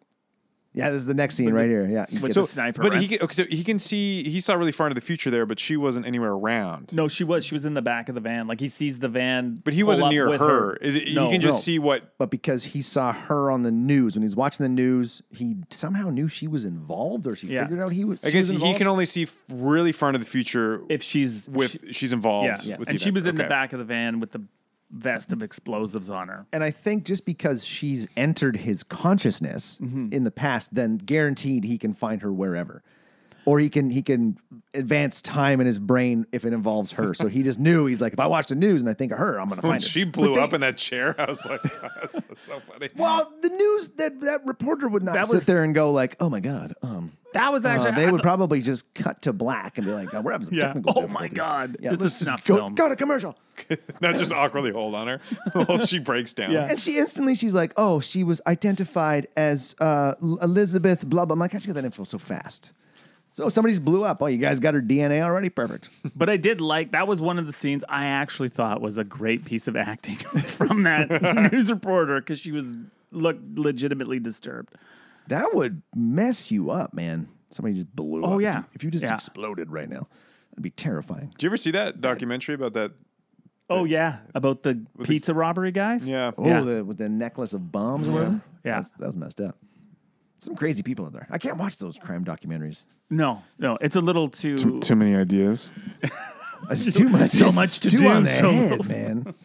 Yeah, this is the next scene right here. Yeah. he with gets- the sniper. but right? he, can- okay, so he can see, he saw really far into the future there, but she wasn't anywhere around. no, she was she was in the back of the van. Like he sees the van, But he pull wasn't up near her. with her. Is it, No, he can just no. see what, but because he saw her on the news, when he's watching the news, he somehow knew she was involved or she Yeah. figured out he was. I guess he can only see f- really far into the future If she's with, she- she's involved. yeah, With the and she events. was in the Okay. back of the van with the vest of explosives on her. And I think just because she's entered his consciousness Mm-hmm. in the past, then guaranteed he can find her wherever. Or he can he can advance time in his brain if it involves her. So he just knew he's like, if I watch the news and I think of her, I'm gonna when find her. she blew up in that chair, I was like, that's so funny. Well, the news that that reporter would not That sit was- there and go like, "Oh my god, um, That was Uh, actually they I would thought- probably just cut to black and be like, oh, "We're having some Yeah. technical Oh my difficulties." God. Yeah, It's a let's just snuff go, film. Go to commercial, [LAUGHS] Not just awkwardly hold on her [LAUGHS] while she breaks down. Yeah. and she instantly she's like, "Oh, she was identified as uh, L- Elizabeth." Blah blah. My God, she got that info so fast. So somebody's blew up. Oh, you guys got her DNA already? [LAUGHS] Perfect. But I did like that was one of the scenes I actually thought was a great piece of acting [LAUGHS] from [LAUGHS] that news reporter because she was looked legitimately disturbed. That would mess you up, man. Somebody just blew up. If Oh, yeah. you- If you just Yeah. exploded right now, that'd be terrifying. Did you ever see that documentary about that? Oh yeah, about the pizza robbery guys. Yeah. Oh, Yeah. the, with the necklace of bombs or whatever? Yeah. That's- that was messed up. Some crazy people in there. I can't watch those crime documentaries. No, no, it's a little too. Too many ideas. It's too much. so it's much to too do, on the so head, little. man. [LAUGHS]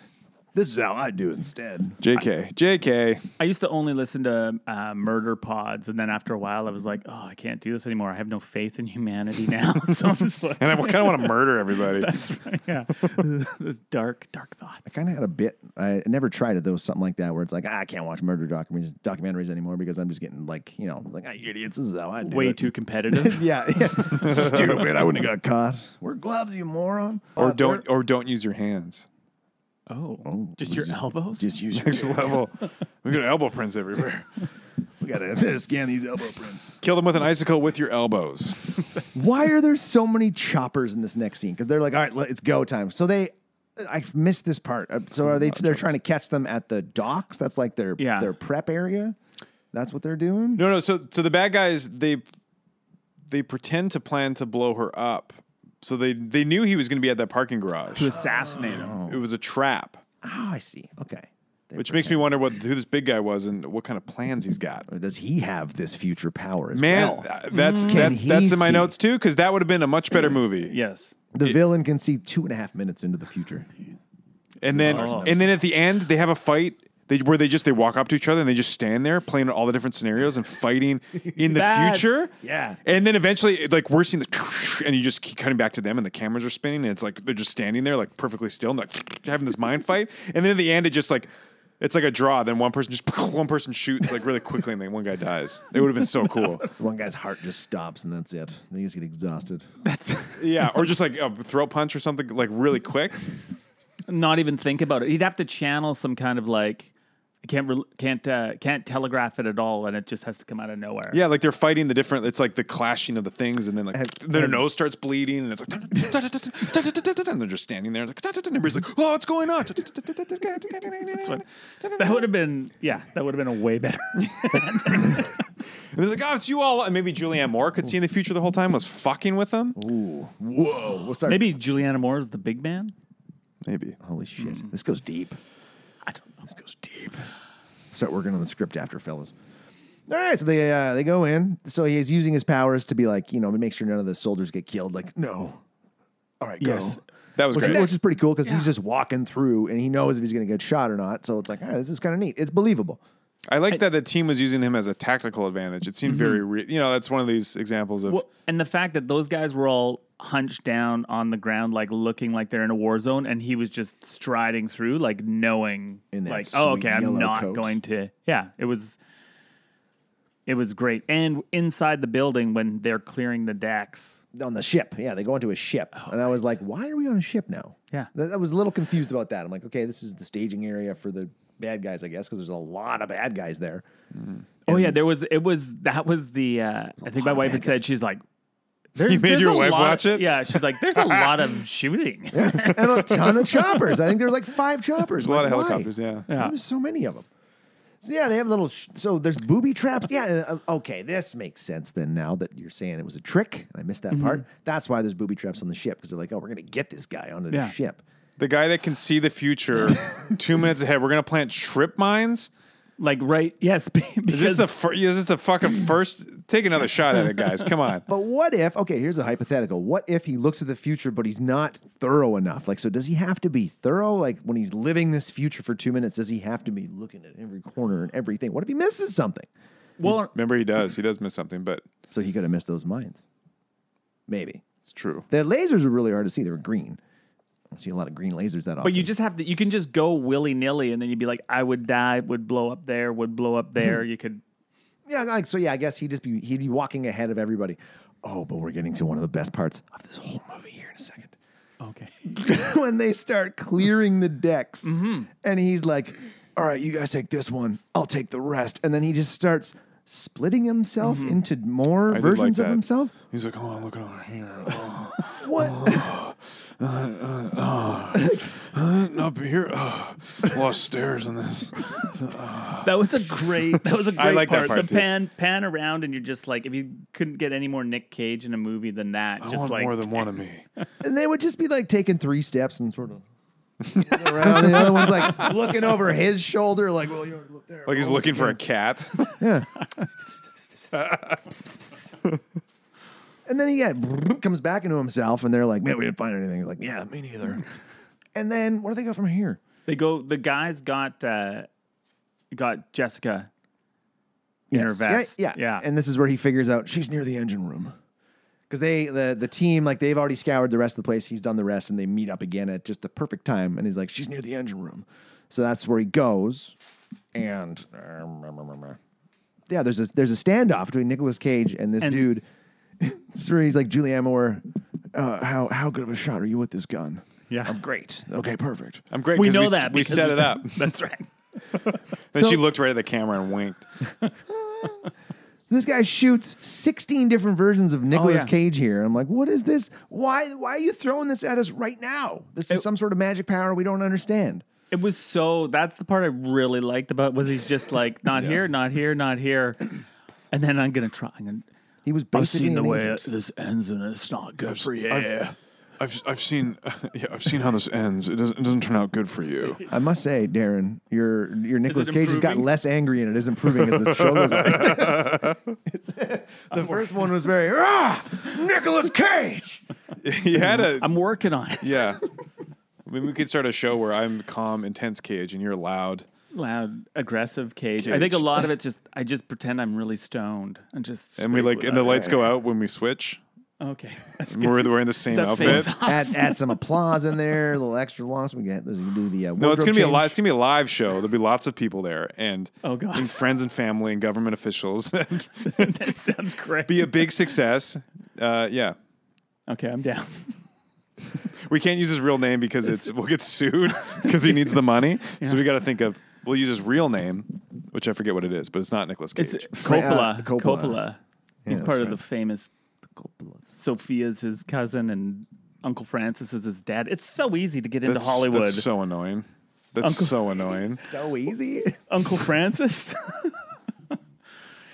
This is how I do it instead. JK. JK. I used to only listen to uh, murder pods, and then after a while, I was like, "Oh, I can't do this anymore. I have no faith in humanity [LAUGHS] now." so I'm just like, [LAUGHS] And I kind of want to murder everybody. yeah, [LAUGHS] Those dark, dark thoughts. Kind of had a bit. I never tried it though. Something like that, where it's like "Ah, I can't watch murder documentaries documentaries anymore because I'm just getting like you know like ah, you idiots. This is how I do Way it. too competitive. [LAUGHS] yeah, [LAUGHS] yeah. stupid. I wouldn't have got caught. Wear gloves, you moron. Uh, Or [LAUGHS] don't or don't use your hands. Oh, just your elbows. Just use your. [LAUGHS] Next [LAUGHS] level. We got elbow prints everywhere. We gotta scan these elbow prints. Kill them with an icicle with your elbows. Why are there so many choppers in this next scene? Because they're like, all right, let- it's go time. So they. I missed this part. Uh, So are they? They're trying to catch them at the docks. That's like their Yeah. their prep area. That's what they're doing. No, no. So, so the bad guys they they pretend to plan to blow her up. So they they knew he was going to be at that parking garage. to assassinate him. It was a trap, Oh, I see. Okay. They which makes me wonder what who this big guy was and what kind of plans he's got. Or Does he have this future power as Man, well? uh, that's that's Mm. he that's in my see? notes too because that would have been a much [CLEARS THROAT] better movie. Yes. The villain can see two and a half minutes into the future. And then and then at the end they have a fight. They, where they just they walk up to each other and they just stand there playing all the different scenarios and fighting in the Bad. future. Yeah. And then eventually, like we're seeing the, [LAUGHS] and you just keep cutting back to them, and the cameras are spinning, and it's like they're just standing there, like perfectly still, and like having this mind fight. And then at the end, it just like it's like a draw. Then one person just [LAUGHS] one person shoots like really quickly, and then one guy dies. It would have been so cool. One guy's heart just stops and that's it. They just get [LAUGHS] exhausted. Yeah, or just like a throat punch or something like really quick. Not even think about it. He'd have to channel some kind of like can't re- can't uh, can't telegraph it at all, and it just has to come out of nowhere. Yeah, like they're fighting the different. It's like the clashing of the things, and then like their nose starts bleeding, and it's like [LAUGHS] and they're just standing there, like and everybody's like, "Oh, what's going on?" [LAUGHS] That would have been yeah. That would have been a way better. And they're like, oh, it's you all. And maybe Julianne Moore could see in the future the whole time was fucking with them. Whoa. We'll start. Maybe Juliana Moore is the big man. Maybe. Holy shit. This goes deep. Mm. I don't know. This goes deep. Start working on the script after, fellas. All right, so they uh, they go in. So he's using his powers to be like, you know, make sure none of the soldiers get killed. Like, no, all right, go. Yes. That was which, great. which is pretty cool because he's just walking through and he knows if he's going to get shot or not. So it's like, ah, this is kind of neat. It's believable. I like that the team was using him as a tactical advantage. It seemed very real. You know, that's one of these examples of. Mm-hmm. Well, and the fact that those guys were all hunched down on the ground, like looking like they're in a war zone, and he was just striding through, like knowing, In that like, oh, sweet okay, I'm yellow not coat. going to. Yeah, it was, it was great. And inside the building when they're clearing the decks, on the ship. Yeah, they go into a ship, Oh, and I was like, "Why are we on a ship now?" Yeah. Th- I was a little confused about that. I'm like, "Okay, this is the staging area for the bad guys, I guess, because there's a lot of bad guys there." Oh yeah, there was. It was that was the. Uh, I think my wife had said she's like. There's, [LAUGHS] You made there's your a wife lot watch of- it? Yeah, she's like, there's a lot [LAUGHS] of shooting. and a ton of choppers. I think there was like five choppers. there's a lot of Like, why? helicopters, yeah. Why there's so many of them. So yeah, they have little. Sh- so there's booby traps. Yeah, uh, okay, this makes sense then. Now that you're saying it was a trick, and I missed that part. That's why there's booby traps on the ship because they're like, "Oh, we're gonna get this guy onto the Yeah. ship." The guy that can see [LAUGHS] the future two minutes ahead. We're going to plant trip mines. [LAUGHS] Like right, yes. [LAUGHS] be- Because, Is this the fir- is this the fucking first? Take another shot at it, guys. [LAUGHS] Come on. But what if, okay, here's a hypothetical. What if he looks at the future, but he's not thorough enough? Like, so does he have to be thorough? Like, when he's living this future for two minutes, does he have to be looking at every corner and everything? What if he misses something? well, Remember, he does. He does miss something, but So he could have missed those mines. Maybe. it's true. The lasers were really hard to see. They were green. I don't see a lot of green lasers that often. But you just have to. You can just go willy nilly, and then you'd be like, "I would die. Would blow up there. Would blow up [LAUGHS] there." you could. yeah, like, so yeah, I guess he'd just be, he'd be walking ahead of everybody. Oh, but we're getting to one of the best parts of this whole movie here in a second. [LAUGHS] Okay. when they start clearing the decks. Mm-hmm. And he's like, All right, you guys take this one. I'll take the rest. and then he just starts splitting himself Mm-hmm. into more I did like versions of that. himself? He's like, oh, look at over [LAUGHS] here. Oh, What? [GASPS] [LAUGHS] up here. Oh, lost stairs in this. [LAUGHS] That was a great. That was a great [LAUGHS] I like that part. part, the too. pan pan around, and you're just like, if you couldn't get any more Nick Cage in a movie than that, I just want like more than [LAUGHS] one of me. and they would just be like taking three steps and sort of around. And the other one's like looking over his shoulder, like, well, you're there. Like he's looking for a cat. [LAUGHS] And then he yeah, [LAUGHS] comes back into himself, and they're like, man, Man, we didn't find anything. Like, yeah, me neither. and then where do they go from here? they go. The guys got uh, got Jessica in her vest. Yeah, yeah. yeah, And this is where he figures out She's near the engine room. because they the the team like they've already scoured the rest of the place. He's done the rest, and they meet up again at just the perfect time. And he's like, she's She's near the engine room. so that's where he goes, and yeah, there's a there's a standoff between Nicolas Cage and this And- dude. [LAUGHS] It's where he's like Julianne Moore. Uh, how how good of a shot are you with this gun? Yeah. I'm great. Okay, perfect. I'm great. we 'cause know s- that We because [LAUGHS] set we- it up. That's right. Then she looked right at the camera and winked. [LAUGHS] This guy shoots 16 different versions of Nicolas yeah. Cage here. I'm like, what is this? Why why are you throwing this at us right now? This is some sort of magic power we don't understand. It was so. That's the part I really liked about was he's just like [LAUGHS] not here, not here, not here, and then I'm gonna try. I'm gonna, He was I've basically seen the an way agent. this ends, and it's not good for you. I've, I've, I've [LAUGHS] seen yeah, I've seen how this ends. It doesn't, it doesn't turn out good for you. I must say, Darren, your your Nicolas Cage has got improving? less angry and it is improving as the show goes on. [LAUGHS] [LAUGHS] It's- the first one was very ah, Nicolas Cage. He had a I'm working on it. [LAUGHS] yeah. I mean, we could start a show where I'm calm, intense cage, and you're loud. loud, aggressive cage. I think a Cage. lot of [LAUGHS] it just I just pretend I'm really stoned and just And we speak like, and the without- lights go out when we switch. Okay, [LAUGHS] Let's get We're wearing the same that face off. outfit. add, add some applause in there, a little extra long. So we get there's you do the uh, No, wardrobe it's gonna be a change. live. It's gonna be a live show. There'll be lots of people there, and Oh, God. and friends and family and government officials. [LAUGHS] And [LAUGHS] that sounds great. be a big success. Uh, yeah, okay, I'm down. we can't use his real name because it's we'll get sued [LAUGHS] because he needs the money. So we got to think of we'll use his real name, which I forget what it is, but it's not Nicholas Cage. It's Coppola. uh, Coppola. Coppola. He's part of the famous. Sophia's his cousin and Uncle Francis is his dad. It's so easy to get into That's- Hollywood. That's so annoying. That's Uncle- so annoying. so easy. Uncle Francis. [LAUGHS]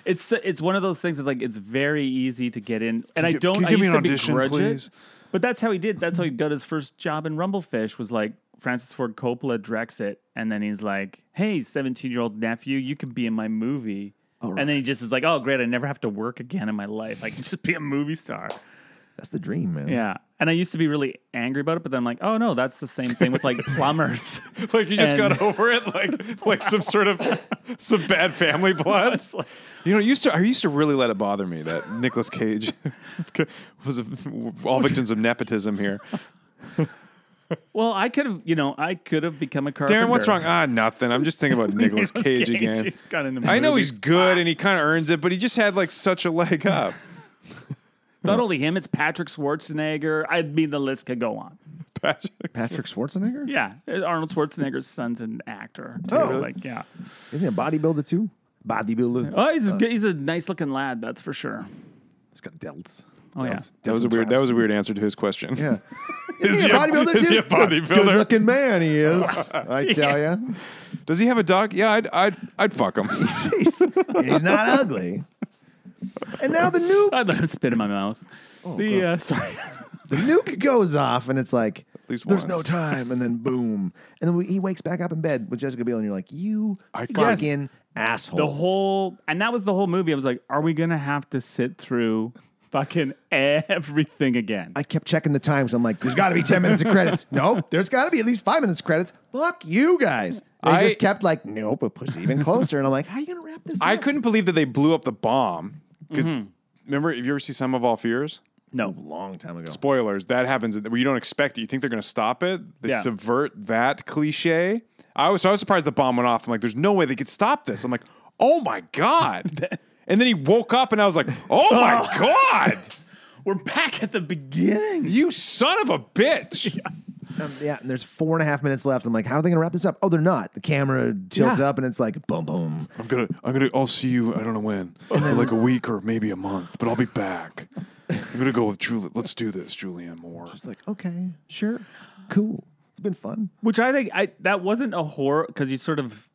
It's, it's one of those things. It's like it's very easy to get in, and I you- don't. can you I give me used an to audition, begrudge it. please? But that's how he did. That's how he got his first job in Rumblefish. Was like Francis Ford Coppola directs it, and then he's like, "Hey, seventeen-year-old nephew, you can be in my movie." And then he just is like, "Oh, great! I never have to work again in my life. I can [LAUGHS] just be a movie star." That's the dream, man. Yeah. And I used to be really angry about it, but then I'm like, "Oh no, that's the same thing with like [LAUGHS] [LAUGHS] plumbers." [LAUGHS] Like you just And- got over it, like like some sort of [LAUGHS] some bad [LAUGHS] family blood. It's like- You know, it used to I used to really let it bother me that Nicolas Cage [LAUGHS] was a, all victims of nepotism here. well, I could have, you know, I could have become a carpenter. Darren, what's wrong? Ah, nothing. I'm just [LAUGHS] thinking about Nicolas Cage again. He's got in the I know movie. he's good and he kind of earns it, but he just had like such a leg up. [LAUGHS] not only him. It's Patrick Schwarzenegger. I mean, the list could go on. Patrick. Patrick Schwarzenegger? Yeah, Arnold Schwarzenegger's son's an actor. too. Oh. like yeah. Isn't he a bodybuilder too? Bodybuilder. Oh, he's a, good- he's a nice looking lad, that's for sure. He's got delts. Oh yeah, That was a weird. That was a weird answer to his question. Yeah. [LAUGHS] Is he a he a- bodybuilder is too? he a bodybuilder? Good looking man he is. I [LAUGHS] tell ya. Does he have a dog? Yeah, I'd I'd, I'd fuck [LAUGHS] him. He's, he's not ugly. And now the nuke I let him spit in my mouth. Oh, the uh, sorry, the nuke goes off and it's like At least there's once. no time and then boom. And then we, he wakes back up in bed with Jessica Biel and you're like, "You can't- fucking asshole." the whole and that was the whole movie. I was like, are we gonna have to sit through fucking everything again? I kept checking the times. I'm like, there's got to be 10 minutes of credits. nope, there's got to be at least five minutes of credits. Fuck you guys. They I- just kept like, nope, it pushed even closer. And I'm like, how are you going to wrap this I up? couldn't believe that they blew up the bomb. 'Cause Remember, if you ever see Some of All Fears, no, long time ago. spoilers, that happens where you don't expect it. You think they're going to stop it. They Yeah. subvert that cliche. I was so I was surprised the bomb went off. I'm like, there's no way they could stop this. I'm like, oh my [LAUGHS] god. and then he woke up, and I was like, oh [LAUGHS] my god, we're back at the beginning. you son of a bitch. um, yeah, and there's four and a half minutes left. I'm like, how are they gonna wrap this up? Oh, they're not. The camera tilts up and it's like boom, boom. I'm gonna, I'm gonna, I'll see you. I don't know when, like a week or maybe a month, but I'll be back. I'm gonna go with Julie. Let's do this, Julianne Moore. It's like, okay, sure, cool. It's been fun. Which I think I that wasn't a horror because you sort of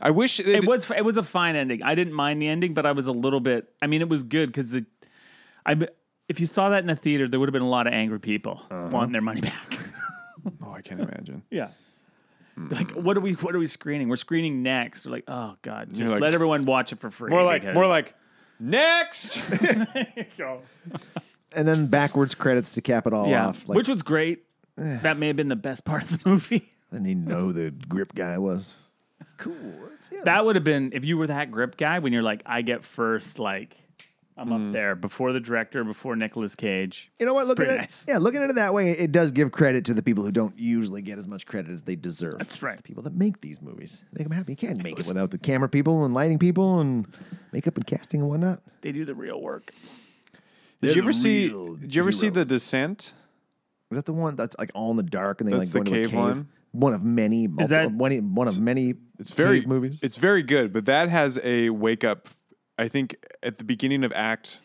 I wish it was it was a fine ending. I didn't mind the ending, but I was a little bit. I mean, it was good because the I be- if you saw that in a theater, there would have been a lot of angry people wanting their money back. Oh, I can't imagine. yeah. Like what are we what are we screening? We're screening next. We're like, oh god, just like- let everyone watch it for free. More like, because- more like, next. And then backwards credits to cap it all yeah, off. Like, which was great. that may have been the best part of the movie. [LAUGHS] I didn't know who the grip guy was. Cool. That's it. That would have been if you were that grip guy when you're like, I get first, like I'm up there before the director, before Nicolas Cage. You know what? Looking at pretty it, nice. yeah, looking at it that way, it does give credit to the people who don't usually get as much credit as they deserve. That's right. The people that make these movies, make them happy. You can't make it without the camera people and lighting people and makeup and casting and whatnot. They do the real work. Did you the ever see? real Did you ever see the heroes. Descent? Is that the one that's like all in the dark and they That's like the go into a cave one? One of many. Multiple, that- one, one of many. It's very cave movies. It's very good, but that has a wake up. I think at the beginning of Act,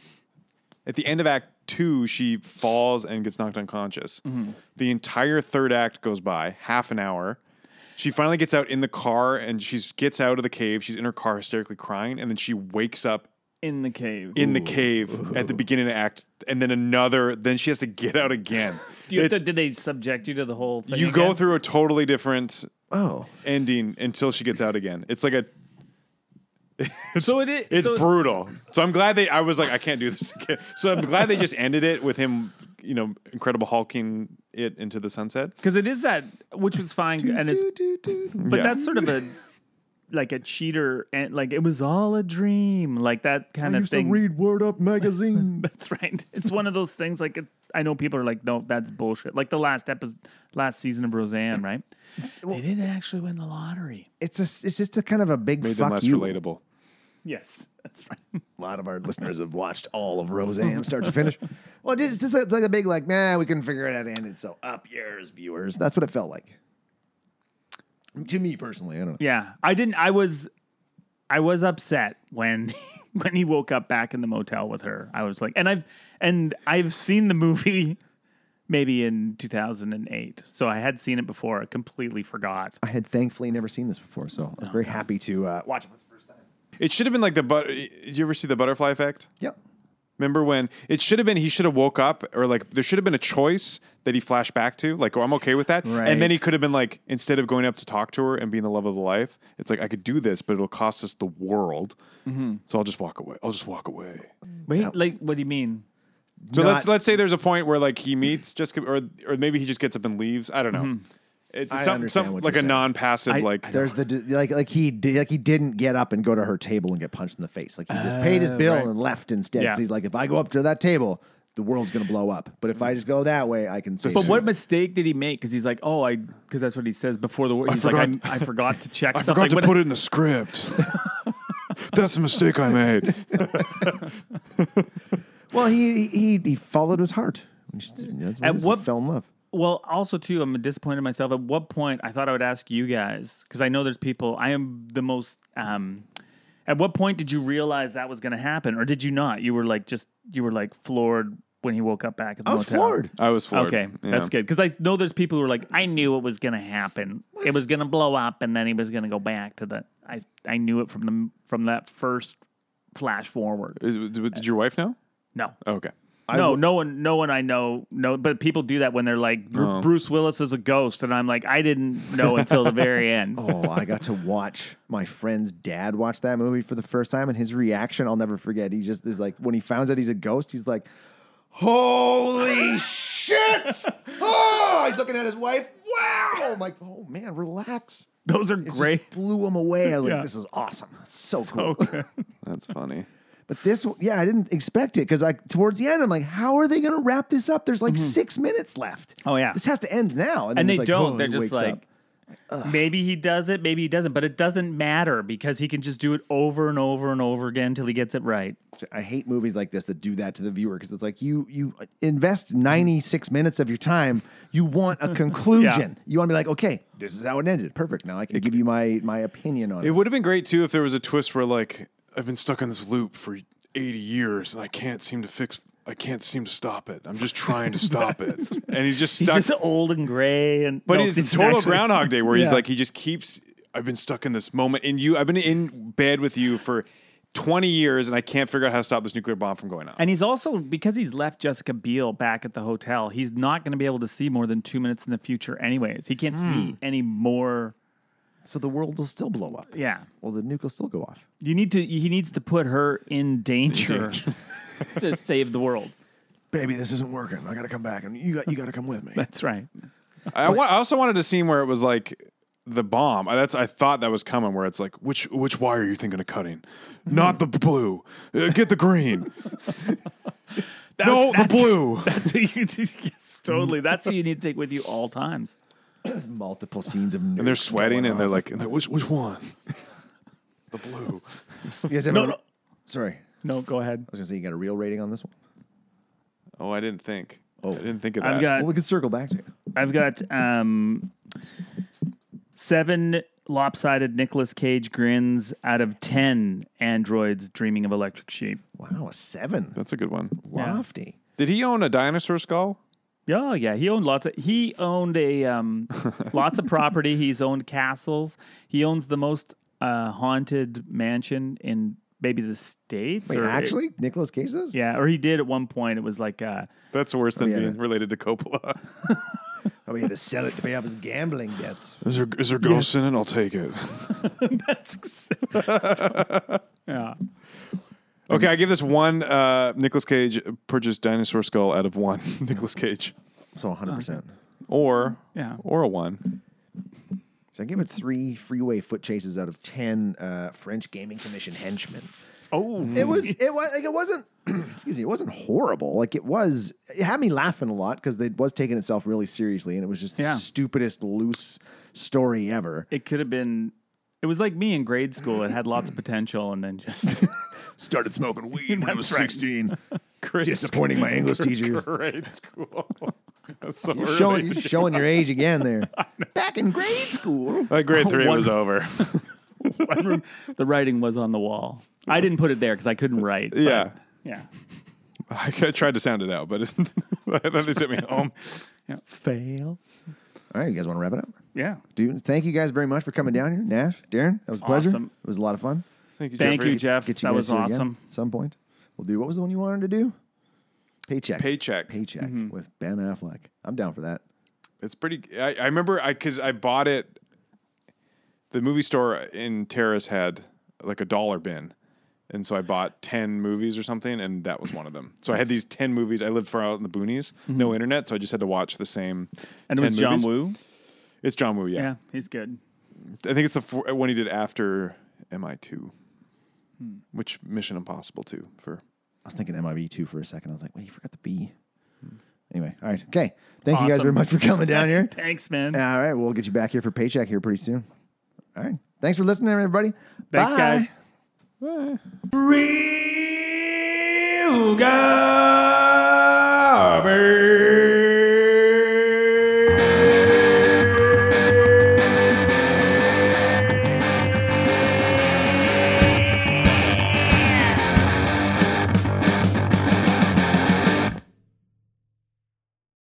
at the end of Act Two, she falls and gets knocked unconscious. Mm-hmm. The entire third act goes by half an hour. She finally gets out in the car and she gets out of the cave. She's in her car hysterically crying, and then she wakes up In the cave. in the cave at the beginning of Act, and then another. Then she has to get out again. [LAUGHS] do you have to, It's- did they subject you to the whole thing? you go again? through a totally different oh, ending until she gets out again. It's like a [LAUGHS] So it is It's so- brutal. So I'm glad they. I was like, I can't do this again. So I'm glad they just ended it with him, you know, incredible hulking it into the sunset. because it is that which was fine and it's but that's sort of a like a cheater and like it was all a dream like that kind of thing Word Up [LAUGHS] [LAUGHS] magazine. that's right it's one of those things like it, i know people are like no that's bullshit like the last episode last season of roseanne right they didn't actually win the lottery it's a, it's just a kind of a big Made them fuck less you. relatable. yes that's right A lot of our listeners have watched all of Roseanne start to [LAUGHS] finish. Well, it's just, it's like- it's like a big like, nah, we couldn't figure it out, and it's so up yours, viewers. That's what it felt like. To me personally, I don't know. yeah i didn't i was i was upset when [LAUGHS] when he woke up back in the motel with her i was like and i've and i've seen the movie [LAUGHS] maybe in 2008 so i had seen it before i completely forgot I had thankfully never seen this before, so I was Oh, very happy to uh, watch it for the first time. It should have been like the but. Did you ever see the butterfly effect? Yep. Remember when it should have been he should have woke up or like there should have been a choice that he flashed back to like oh I'm okay with that and Right. then he could have been like instead of going up to talk to her and being the love of the life it's like I could do this but it'll cost us the world Mm-hmm. so I'll just walk away I'll just walk away wait like what do you mean So let's let's say there's a point where like he meets Jessica, or or maybe he just gets up and leaves. I don't know. It's Mm-hmm. I some, understand some what like you're a saying. non-passive like. There's the d- like like he did, like he didn't get up and go to her table and get punched in the face. Like he just paid his bill and left instead. 'cause Oh, Yeah. He's like, if I go up to that table, the world's gonna blow up. But if I just go that way, I can. Save But it." what mistake did he make? Because he's like, oh, I, because that's what he says before the war. He's like, forgot- I, I forgot to check I something. forgot to What- put it in [LAUGHS] the script. That's a mistake I made. Well, he he he followed his heart. That's what At it is. what- he fell in love. well, also too, I'm disappointed in myself. At what point I thought I would ask you guys because I know there's people. I am the most. um At what point did you realize that was going to happen, or did you not? You were like just you were like floored when he woke up back at the I was motel. floored. I was floored. Okay, Yeah. that's good because I know there's people who are like, I knew it was going to happen. It was going to blow up, and then he was going to go back to the. I I knew it from the from that first flash forward. Is- did did your wife know? No, Okay. no, no one, no one I know. No, but people do that when they're like, "Bru- Oh. Bruce Willis is a ghost, and I'm like, I didn't know until the [LAUGHS] very end. Oh, I got to watch my friend's dad watch that movie for the first time, and his reaction I'll never forget. He just is like, when he finds out he's a ghost, he's like, [LAUGHS] "Holy shit!" Oh, he's looking at his wife. Wow! I'm like, oh man, relax. Those are It just [LAUGHS] great. blew him away. I was Yeah. like, this is awesome. So, cool. So good. [LAUGHS] That's funny. But this, one- yeah, I didn't expect it because like towards the end, I'm like, how are they going to wrap this up? There's like six minutes left. Mm-hmm. Oh, yeah. this has to end now. and then they it's like, don't. oh, They're he just wakes up. like, Maybe he does it, maybe he doesn't, but it doesn't matter because he can just do it over and over and over again until he gets it right. I hate movies like this that do that to the viewer because it's like you you invest 96 minutes of your time. You want a conclusion. You want to be like, okay, this is how it ended. Perfect. Now I can give you my my opinion on it. It would have been great too if there was a twist where like I've been stuck on this loop for 80 years and I can't seem to fix I can't seem to stop it. I'm just trying to stop [LAUGHS] it. And he's just He's stuck just old and gray and but no, it's he's total actually- groundhog day where he's like he just keeps I've been stuck in this moment and you I've been in bed with you for 20 years and I can't figure out how to stop this nuclear bomb from going off. And he's also because he's left Jessica Biel back at the hotel. He's not going to be able to see more than two minutes in the future, anyways. He can't Hmm. see any more. so the world will still blow up. Yeah, Well, the nuke will still go off. you need to. He needs to put her in danger, [LAUGHS] to save the world. Baby, this isn't working. I gotta come back, and you got you gotta come with me. That's right. I, wa- I also wanted a scene where it was like the bomb. I, that's I thought that was coming. Where it's like, which which wire are you thinking of cutting? Hmm. Not the blue. Uh, get [LAUGHS] the green. no, the that's- blue. That's what you, [LAUGHS] yes, totally. That's what you need to take with you all times. Multiple scenes of nuke. And they're sweating, and they're like, and they're, which which [LAUGHS] one? the blue. you guys have No, a- no, Sorry, I no. Go ahead. was gonna say you got a real rating on this one. Oh, I didn't think. Oh. I didn't think of that. I've got. Well, we can circle back to it. I've got um, seven lopsided Nicolas Cage grins out of ten androids dreaming of electric sheep. Wow, a seven. That's a good one. Lofty. Did he own a dinosaur skull? Yeah, oh, yeah. He owned lots of. He owned a [LAUGHS] um, lots of property. He's owned castles. He owns the most uh, haunted mansion in maybe the states. Wait, or actually, Nicholas Cage does. yeah, or he did at one point. It was like uh, That's worse than yeah. being related to Coppola. [LAUGHS] Oh, he had to sell it to pay off his gambling debts. Is there is there ghosts in it? I'll take it. that's yeah. Okay, I give this one uh, Nicholas Cage purchased dinosaur skull out of one [LAUGHS] Nicholas Cage. So 100. percent or Yeah. or a one. So I give Mm-hmm. it three freeway foot chases out of ten uh, French Gaming Commission henchmen. Oh, It was it was like it wasn't [CLEARS THROAT] excuse me, it wasn't horrible. Like it was it had me laughing a lot because it was taking itself really seriously and it was just Yeah. the stupidest loose story ever. it could have been. It was like me in grade school. It had lots of potential, and then just [LAUGHS] Started smoking weed when I was That's [LAUGHS] right. 16. Great Disappointing my English teacher. Grade [LAUGHS] school. That's so You're early. showing, you're showing your age again [LAUGHS] there. Back in grade school. Like grade three One- [LAUGHS] was over. the writing was on the wall. I didn't put it there because I couldn't write. but- yeah. yeah. I I tried to sound it out, [LAUGHS] but it, then they sent me home. Yeah. Fail. All right, you guys want to wrap it up? Yeah. Dude, thank you guys very much for coming down here. Nash, Darren, that was a pleasure. Awesome. It was a lot of fun. Thank you, Thank Jeffrey. you, Jeff. Get you that was guys here again awesome. at some point. We'll do what was the one you wanted to do? Paycheck. Paycheck. Paycheck Mm-hmm. with Ben Affleck. I'm down for that. It's pretty. I, I remember I because I bought it. The movie store in Terrace had like a dollar bin, and so I bought ten movies or something, and that was one of them. So I had these ten movies. I lived far out in the boonies, no internet, so I just had to watch the same. Mm-hmm. And it 10 was John movies. Woo. It's John Woo. Yeah, Yeah, he's good. I think it's the four, one he did after MI two, which Mission Impossible two for. I was thinking MIB two for a second. I was like, wait, you forgot the B. Anyway, all right. Okay. Thank you guys Hmm. Awesome. very much for coming [LAUGHS] down here. Thanks, man. All right. We'll get you back here for Paycheck here pretty soon. All right. Thanks for listening, everybody. Thanks, Bye. guys. Real garbage.